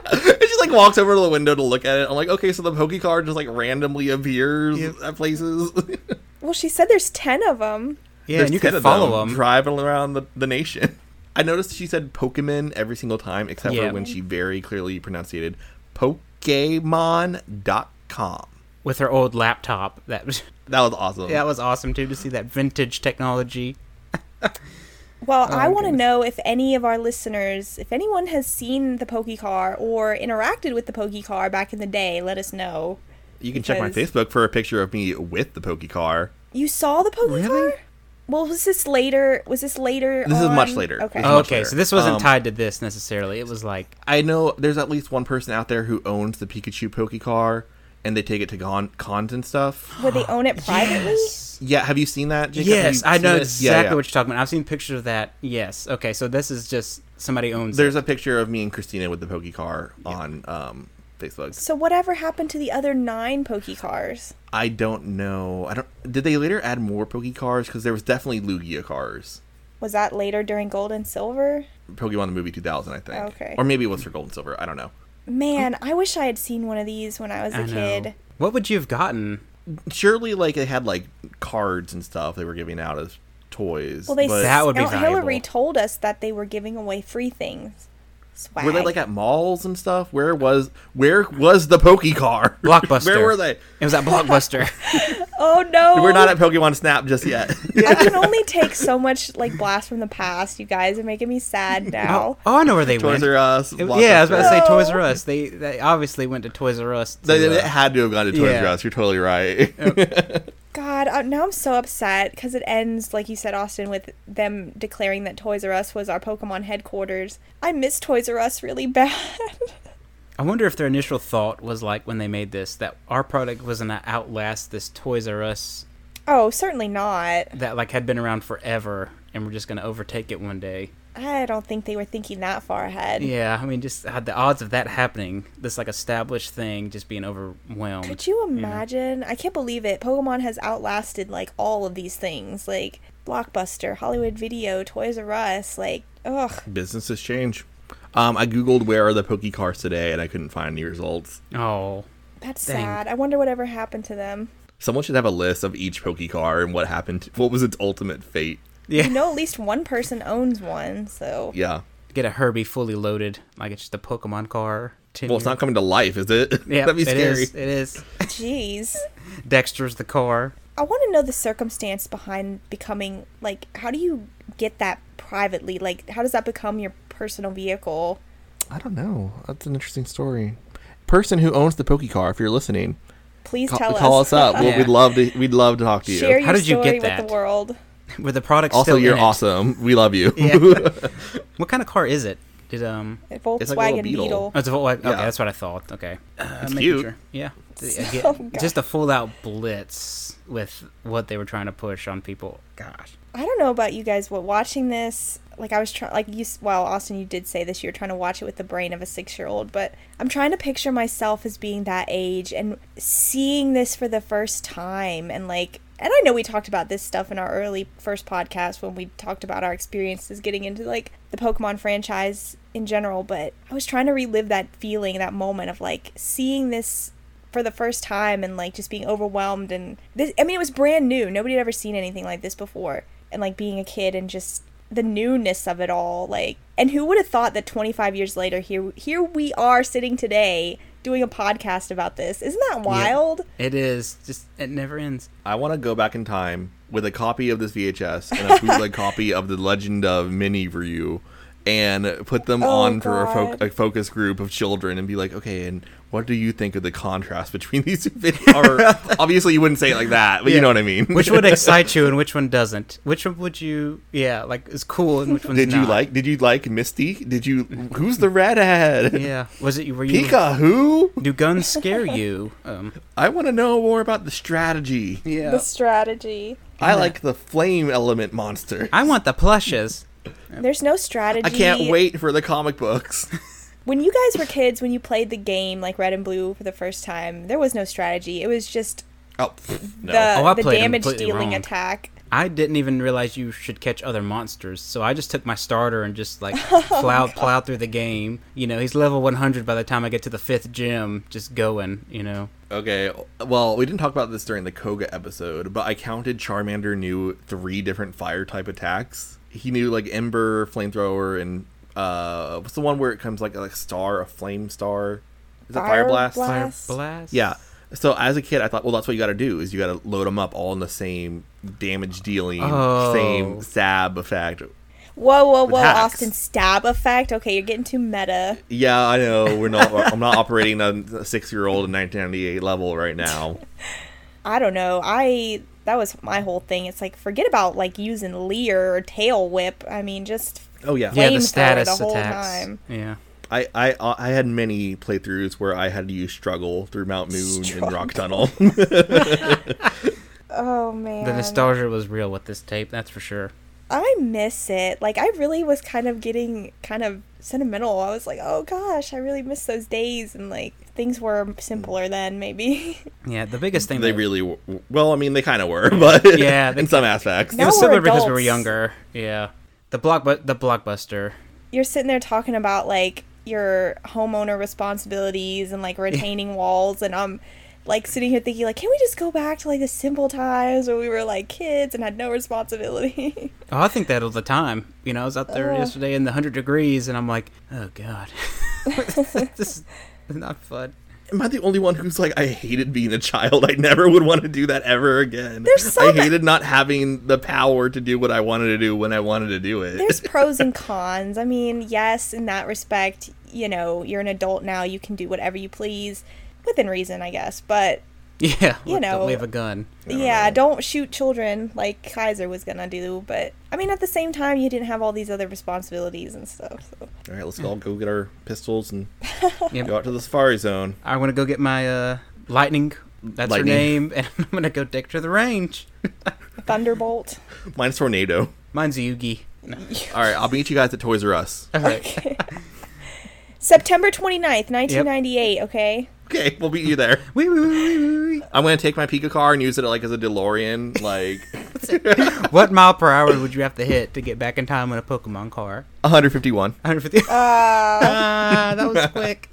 and she like walks over to the window to look at it. I'm like, "Okay, so the Pokecar just like randomly appears at places."
well, she said there's 10 of them.
Yeah,
There's
and you
10
could
of
follow them.
driving around the, the nation. I noticed she said Pokemon every single time, except
Yeah.
for when she very clearly pronunciated Pokemon.com.
with her old laptop. That was
That was awesome.
that was awesome too to see that vintage technology.
Oh,
Well, I want to know if any of our listeners, if anyone has seen the pokey car or interacted with the pokey car back in the day, let us know.
you can check my
because-
Facebook for a picture of me with the Pokecar.
You saw the pokey
Really?
car? Well, was this later? Was this later?
This is much
on-
later.
Okay.
This is
Oh,
much
okay,
later.
so this wasn't
Um,
tied to this necessarily. It was like
I know there's at least one person out there who owns the Pikachu Pokecar, and they take it to con- cons and stuff.
Would they own it privately?
Yeah, have you seen that? Jacob? Have
Yes,
you
I know
seen it?
exactly what you're talking about. I've seen pictures of that. Yes. Okay, so this is just somebody owns it.
There's a picture of me and Christina with the Poke Car on um, Facebook.
So whatever happened to the other nine Poke cars?
I don't know. I don't. Did they later add more Poke Cars? Because there was definitely Lugia cars.
Was that later during Gold and Silver?
Pokemon the movie 2000, I think.
Okay.
Or maybe it was for Gold and Silver. I don't know.
Man, I wish I had seen one of these when I was a
I know.
kid.
What would you have gotten?
Surely, like they had like cards and stuff they were giving out as toys.
Well, they
but-
That would be
Aunt Hillary
valuable.
told us that they were giving away free things. Swag.
were they like at malls and stuff? Where was where was the Poke Car?
Blockbuster.
where were they?
It was at Blockbuster.
oh no,
We're not at Pokemon Snap just yet.
I can only take so much like blast from the past. You guys are making me sad now.
oh, I know where they
Toys
went.
R Us.
It- yeah, I was about to say
No.
Toys R Us. They they obviously went to Toys R Us. To,
They, they- they
uh,
had to have gone to Toys
yeah.
R Us. You're totally right.
God, I, now I'm so upset because it ends like you said, Austin, with them declaring that Toys R Us was our Pokemon headquarters. I miss Toys R Us really bad.
I wonder if their initial thought was like when they made this that our product was gonna outlast this Toys R Us
oh, certainly not.
that like had been around forever, and we're just gonna overtake it one day.
I don't think they were thinking that far ahead.
Yeah, I mean, just had the odds of that happening, this like established thing, just being overwhelmed.
Could you imagine? I can't believe it. Pokemon has outlasted like all of these things, like Blockbuster, Hollywood Video, Toys R Us. Like, ugh.
Businesses change. Um, I googled where are the Poke Cars today, and I couldn't find any results.
oh,
That's
Dang.
sad. I wonder whatever happened to them.
Someone should have a list of each Poke Car and what happened. What was its ultimate fate?
yeah.
You know, at least one person owns one, so
Yeah.
Get a Herbie fully loaded, like it's just a Pokemon car. ten
Well, it's
year-
not coming to life, is it?
Yeah,
That'd be
it
scary.
is, It is.
jeez.
Dexter's the car.
I want to know the circumstance behind becoming like how do you get that privately? Like how does that become your personal vehicle?
I don't know. That's an interesting story. Person who owns the Poke Car, if you're listening,
Please
call,
tell
call
us.
us up. We'll-
Yeah.
We'd love to. We'd love to talk to you.
Share your
How did you
story
get that?
with the world.
With the product
also,
still in
you're
it.
awesome. We love you.
Yeah. what kind of car is it? Did um?
A
little
Volkswagen
Beetle.
Beetle.
Oh, it's a Vol- Okay,
Yeah.
that's what I thought. Okay, uh, making
cute.
Yeah, I
Oh,
get-
God.
just a full-out blitz with what they were trying to push on people. Gosh,
I don't know about you guys, but watching this, like I was trying, like you, s- well, Austin, you did say this, you were trying to watch it with the brain of a six year old, but I'm trying to picture myself as being that age and seeing this for the first time. And like, and I know we talked about this stuff in our early first podcast when we talked about our experiences getting into like the Pokemon franchise in general, but I was trying to relive that feeling, that moment of like seeing this for the first time and like just being overwhelmed and this I mean it was brand new. Nobody had ever seen anything like this before. And like being a kid and just the newness of it all like and who would have thought that 25 years later here here we are sitting today doing a podcast about this. Isn't that wild?
it is just it never ends.
I want to go back in time with a copy of this VHS and a bootleg copy of the Legend of Mini Ryu, and put them
Oh,
on for a, fo-
God.
a focus group of children and be like, okay, and what do you think of the contrast between these two videos? Or, obviously, you wouldn't say it like that, but you know what I mean.
Which one excites you and which one doesn't? Which one would you? Yeah, like is cool and which one's
did you
not?
like? Did you like Misty? Did you? Who's the redhead?
Yeah, was it? Were you?
Pika, who?
Do guns scare you? Um,
I want to know more about the strategy.
yeah.
strategy.
I like the flame element monster.
I want the plushes.
There's no strategy.
I can't wait for the comic books.
When you guys were kids, when you played the game like Red and Blue for the first time, there was no strategy. It was just
Oh, pff, no.
the,
Oh, I
the
played 'em
damage
completely
dealing
wrong.
attack.
I didn't even realize you should catch other monsters, so I just took my starter and just like plow plow through the game. You know, he's level 100 by the time I get to the fifth gym, just going. You know,
Okay, well, we didn't talk about this during the Koga episode, but I counted Charmander knew three different fire type attacks. He knew like Ember, Flamethrower, and uh, what's the one where it comes like a like, star, a flame star? Is it Fire,
Fire
Blast?
Blast.
fire
Yes.
blast.
Yeah. So as a kid, I thought, well, that's what you got to do is you got to load them up all in the same damage dealing,
Oh.
same sab effect.
Whoa, whoa, whoa,
hacks.
Austin stab effect. Okay, you're getting too meta.
Yeah, I know we're not. I'm not operating on a six year old in 1998 level right now.
I don't know. I that was my whole thing. It's like forget about like using leer or tail whip. I mean, just
Oh yeah,
yeah.
Flamethrower
The status
the whole
attacks.
time.
Yeah.
I, I uh, I had many playthroughs where I had to use struggle through Mount Moon and Rock Tunnel.
Oh man.
The nostalgia was real with this tape, that's for sure.
I miss it. Like I really was kind of getting kind of sentimental. I was like, "Oh gosh, I really miss those days." And like things were simpler then, maybe.
Yeah, the biggest thing
they
that-
really were, well, I mean, they kind of were, but
Yeah, they-
in some aspects.
It
Now
was
we're
simpler because we were
adults.
younger. Yeah. The block the blockbuster.
You're sitting there talking about like your homeowner responsibilities and like retaining walls and I'm like sitting here thinking like, "Can we just go back to like the simple times where we were like kids and had no responsibility?"
Oh, I think that all the time. You know, I was out there
Ugh.
yesterday in the hundred degrees, and I'm like, oh god, this is not fun.
Am I the only one who's like, I hated being a child. I never would want to do that ever again.
There's some-
I hated not having the power to do what I wanted to do when I wanted to do it.
There's pros and cons. I mean, yes, in that respect, you know, you're an adult now, you can do whatever you please within reason, I guess. But
Yeah,
You
look,
know.
don't leave a gun.
yeah, don't shoot children like Kaiser was gonna do. But I mean, at the same time, you didn't have all these other responsibilities and stuff. So.
All right, let's all go get our pistols and
Yep.
go out to the safari zone.
I want to go get my uh, lightning. That's
Lightning.
her name, and I'm gonna go take her to the range.
Thunderbolt.
Mine's tornado.
Mine's a Yugi. No.
All right, I'll meet you guys at Toys R Us.
All right.
September 29th, 1998, okay?
Okay, we'll meet you there.
Wee, wee, wee, wee, wee, wee.
I'm gonna take my Pika car and use it like as a DeLorean. Like
What mile per hour would you have to hit to get back in time on a Pokemon car?
151.
150.
Uh,
ah, that was quick.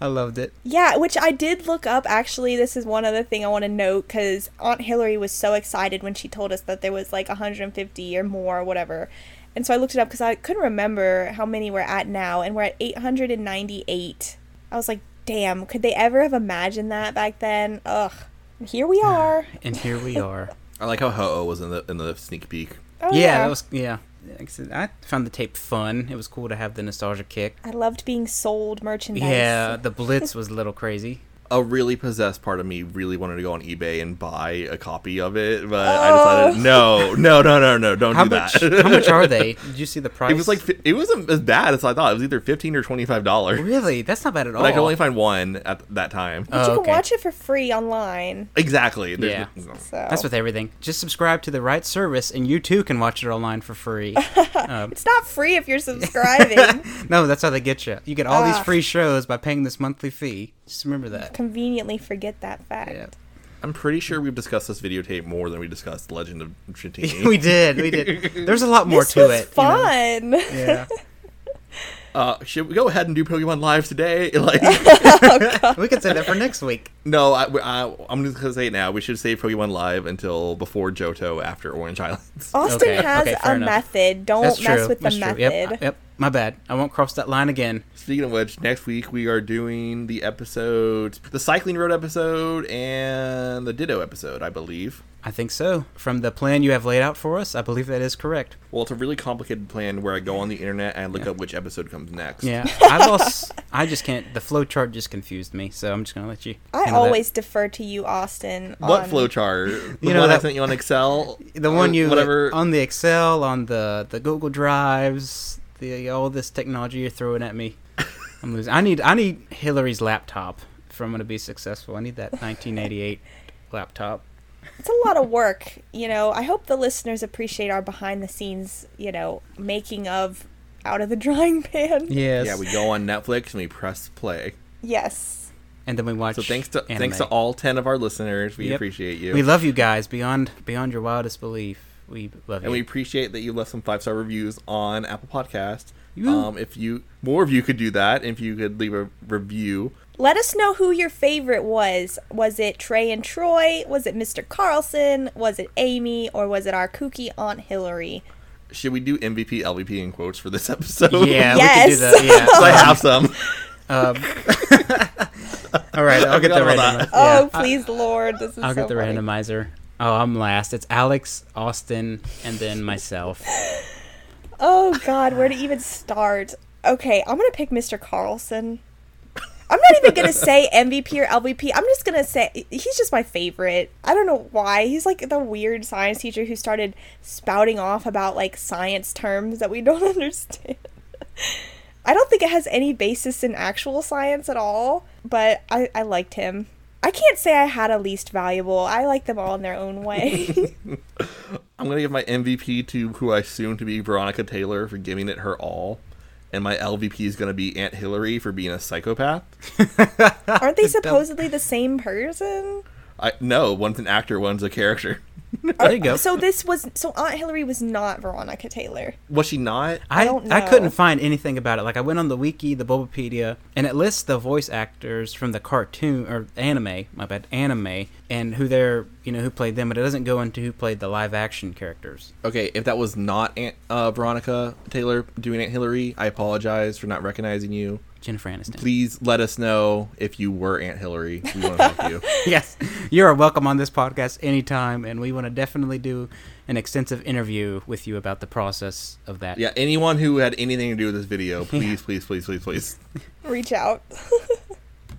I loved it.
yeah, which I did look up actually. This is one other thing I want to note because Aunt Hillary was so excited when she told us that there was like 150 or more or whatever. And so I looked it up because I couldn't remember how many we're at now, and we're at 898. I was like, damn, could they ever have imagined that back then? Ugh. Here we are.
And here we are.
I like how Ho-Oh was in the in the sneak peek.
Oh,
yeah, that was yeah. Like I said, I found the tape fun. It was cool to have the nostalgia kick.
I loved being sold merchandise.
Yeah, the blitz was a little crazy.
A really possessed part of me really wanted to go on eBay and buy a copy of it, but I decided no, no, no, no, no, don't
How
do
much?
that.
how much are they? Did you see the price?
it was like fi- it wasn't as bad as I thought. It was either 15 or 25 dollars.
really. That's not bad at all.
But I could only find one at that time.
But you
Oh,
can
okay.
watch it for free online.
exactly. There's-
Yeah.
So
That's with everything. Just subscribe to the right service, and you too can watch it online for free.
It's not free if you're subscribing.
no, that's how they get you. You get all these
Ah.
free shows by paying this monthly fee. Just remember that.
Conveniently forget that fact.
Yeah.
I'm pretty sure we've discussed this videotape more than we discussed Legend of Dratini.
we did. We did. There's a lot more
This
to
was
it. you know?
fun.
Yeah.
uh, should we go ahead and do Pokemon Live today? Like,
we could say that for next week.
no, I, I, I'm just gonna say it now. We should save Pokemon Live until before Johto, after Orange Islands.
Austin
Okay,
has
okay, fair
a
enough.
method. Don't
That's true.
mess with the
that's true.
method.
Yep, yep. My bad. I won't cross that line again.
Speaking of which, next week we are doing the episode, the cycling road episode, and the Ditto episode, I believe.
I think so. From the plan you have laid out for us, I believe that is correct.
Well, it's a really complicated plan where I go on the internet and look up which episode comes next.
Yeah, I lost. I just can't. The flow chart just confused me, so I'm just gonna let you.
I
handle that.
always defer to you, Austin.
What
on-
flowchart? The
You know
one I
that-
sent you on Excel.
the one
Or
you
whatever.
on the Excel, on the the Google drives, the all this technology you're throwing at me. I'm losing. I need I need Hillary's laptop if I'm gonna be successful. I need that 1988 laptop.
It's a lot of work, you know. I hope the listeners appreciate our behind the scenes, you know, making of out of the drying pan.
Yes.
Yeah, we go on Netflix and we press play.
Yes.
and then we watch.
So thanks to
anime.
thanks to all ten of our listeners. We
Yep.
appreciate you.
We love you guys beyond beyond your wildest belief. We love you.
and we appreciate that you left some five star reviews on Apple Podcast.
You-
Um, if you more of you could do that, if you could leave a review.
Let us know who your favorite was. Was it Trey and Troy? Was it Mr. Carlson? Was it Amy? Or was it our kooky Aunt Hillary?
Should we do MVP LVP in quotes for this episode?
yeah, we
Yes.
could do that. Yeah.
I have some.
All right, I'll get the
forgot about
randomizer.
that.
Oh, please, Lord. This is
I'll
so
get the
funny.
randomizer. Oh, I'm last. It's Alex, Austin, and then myself.
Oh God, where to even start? Okay, I'm gonna pick Mr. Carlson. I'm not even gonna say MVP or LVP. I'm just gonna say he's just my favorite. I don't know why. He's like the weird science teacher who started spouting off about like science terms that we don't understand. I don't think it has any basis in actual science at all, but I, I liked him. I can't say I had a least valuable. I like them all in their own way.
I'm gonna give my MVP to who I assume to be Veronica Taylor for giving it her all, and my LVP is gonna be Aunt Hillary for being a psychopath.
Aren't they supposedly the same person?
I no, one's an actor, one's a character.
There you go.
So this was so Aunt Hillary was not Veronica Taylor.
Was she not?
I,
don't
I couldn't
know.
find anything about it. Like I went on the wiki, the Bulbapedia, and it lists the voice actors from the cartoon or anime, my bad, anime, and who they're you know who played them, but it doesn't go into who played the live action characters.
Okay, if that was not Aunt uh, Veronica Taylor doing Aunt Hillary, I apologize for not recognizing you.
Jennifer Aniston.
Please let us know if you were Aunt Hillary. We want to thank you.
Yes, you are welcome on this podcast anytime, and we want to definitely do an extensive interview with you about the process of that.
Yeah, anyone who had anything to do with this video, please, please, please, please, please.
Reach out.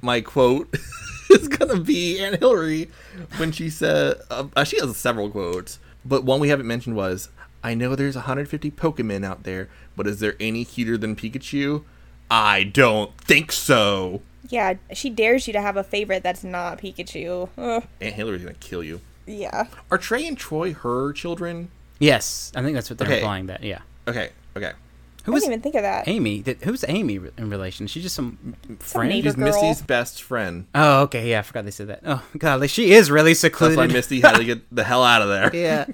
My quote is gonna be Aunt Hillary when she said uh, she has several quotes, but one we haven't mentioned was, "I know there's 150 Pokemon out there, but is there any cuter than Pikachu? I don't think so."
yeah, she dares you to have a favorite that's not Pikachu. Ugh,
Aunt Hillary's gonna kill you.
yeah.
Are Trey and Troy her children?
Yes, I think that's what they're
Okay.
implying. That yeah.
Okay, okay.
Who
I
was
didn't even think of that.
Amy? Did, who's Amy re- in relation? She's just some friend.
neighbor.
She's
Girl.
Misty's best friend.
Oh, okay. Yeah, I forgot they said that. Oh, golly, she is really
That's
secluded.
why Misty had to get the hell out of there.
yeah,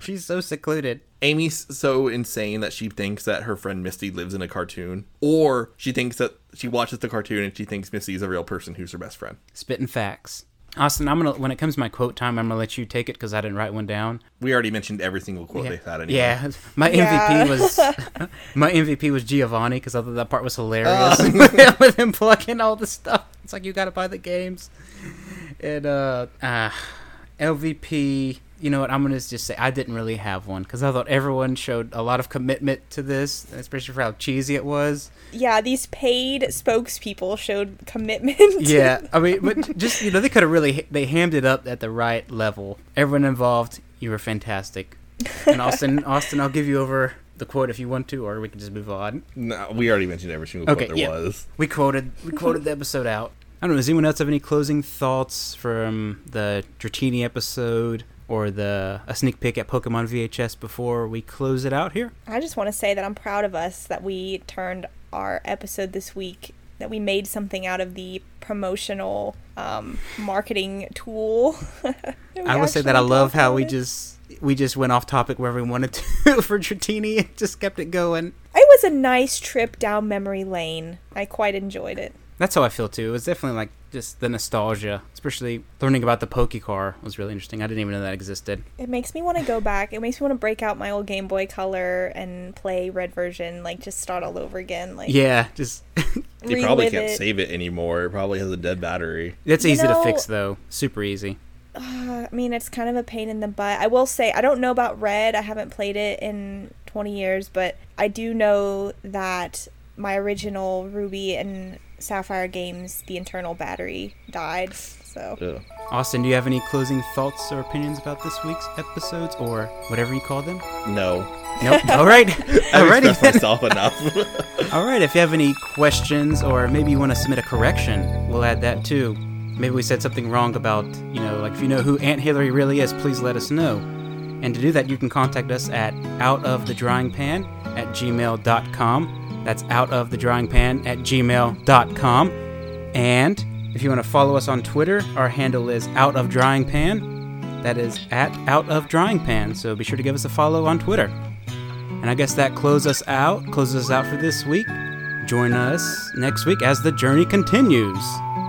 she's so secluded.
Amy's so insane that she thinks that her friend Misty lives in a cartoon, or she thinks that she watches the cartoon and she thinks Misty's a real person who's her best friend.
Spitting facts. Austin, I'm gonna when it comes to my quote time, I'm gonna let you take it because I didn't write one down.
We already mentioned every single quote they've had. Anyway.
Yeah, my
Yeah.
MVP was my MVP was Giovanni because I thought that part was hilarious with him plugging all the stuff. It's like you gotta buy the games. And uh, uh LVP, you know what? I'm gonna just say I didn't really have one because I thought everyone showed a lot of commitment to this, especially for how cheesy it was.
Yeah, these paid spokespeople showed commitment.
Yeah, I mean, but just you know, they could have really they hammed it up at the right level. Everyone involved, you were fantastic. And Austin, Austin, I'll give you over the quote if you want to, or we can just move on.
No, we already mentioned every single
Okay,
quote
yeah.
there was.
We quoted we quoted the episode out. I don't know. Does anyone else have any closing thoughts from the Dratini episode or the a sneak peek at Pokemon VHS before we close it out here?
I just want to say that I'm proud of us that we turned our episode this week that we made something out of the promotional um, marketing tool.
I will say that I love how we just we just went off topic wherever we wanted to for Dratini and just kept it going.
It was a nice trip down memory lane. I quite enjoyed it.
That's how I feel too. It was definitely like just the nostalgia, especially learning about the Pokecar was really interesting. I didn't even know that existed.
It makes me want to go back. It makes me want to break out my old Game Boy Color and play Red version, like just start all over again. Like
Yeah, just
You probably
relive
can't
it.
save it anymore. It probably has a dead battery.
that's
You
easy to
know-
fix though. Super easy.
I mean, it's kind of a pain in the butt. I will say, I don't know about Red. I haven't played it in 20 years, but I do know that my original Ruby and Sapphire games, the internal battery died. So,
Ugh.
Austin, do you have any closing thoughts or opinions about this week's episodes or whatever you call them?
No,
Nope. All right.
I've
All righty
expressed
then.
myself enough.
All right. If you have any questions or maybe you want to submit a correction, we'll add that too. Maybe we said something wrong about, you know, like if you know who Aunt Hillary really is, please let us know. And to do that, you can contact us at outofthedryingpan at gmail.com. That's outofthedryingpan at gmail.com. And if you want to follow us on Twitter, our handle is outofdryingpan. That is at outofdryingpan. So be sure to give us a follow on Twitter. And I guess that closes us out. Closes us out for this week. Join us next week as the journey continues.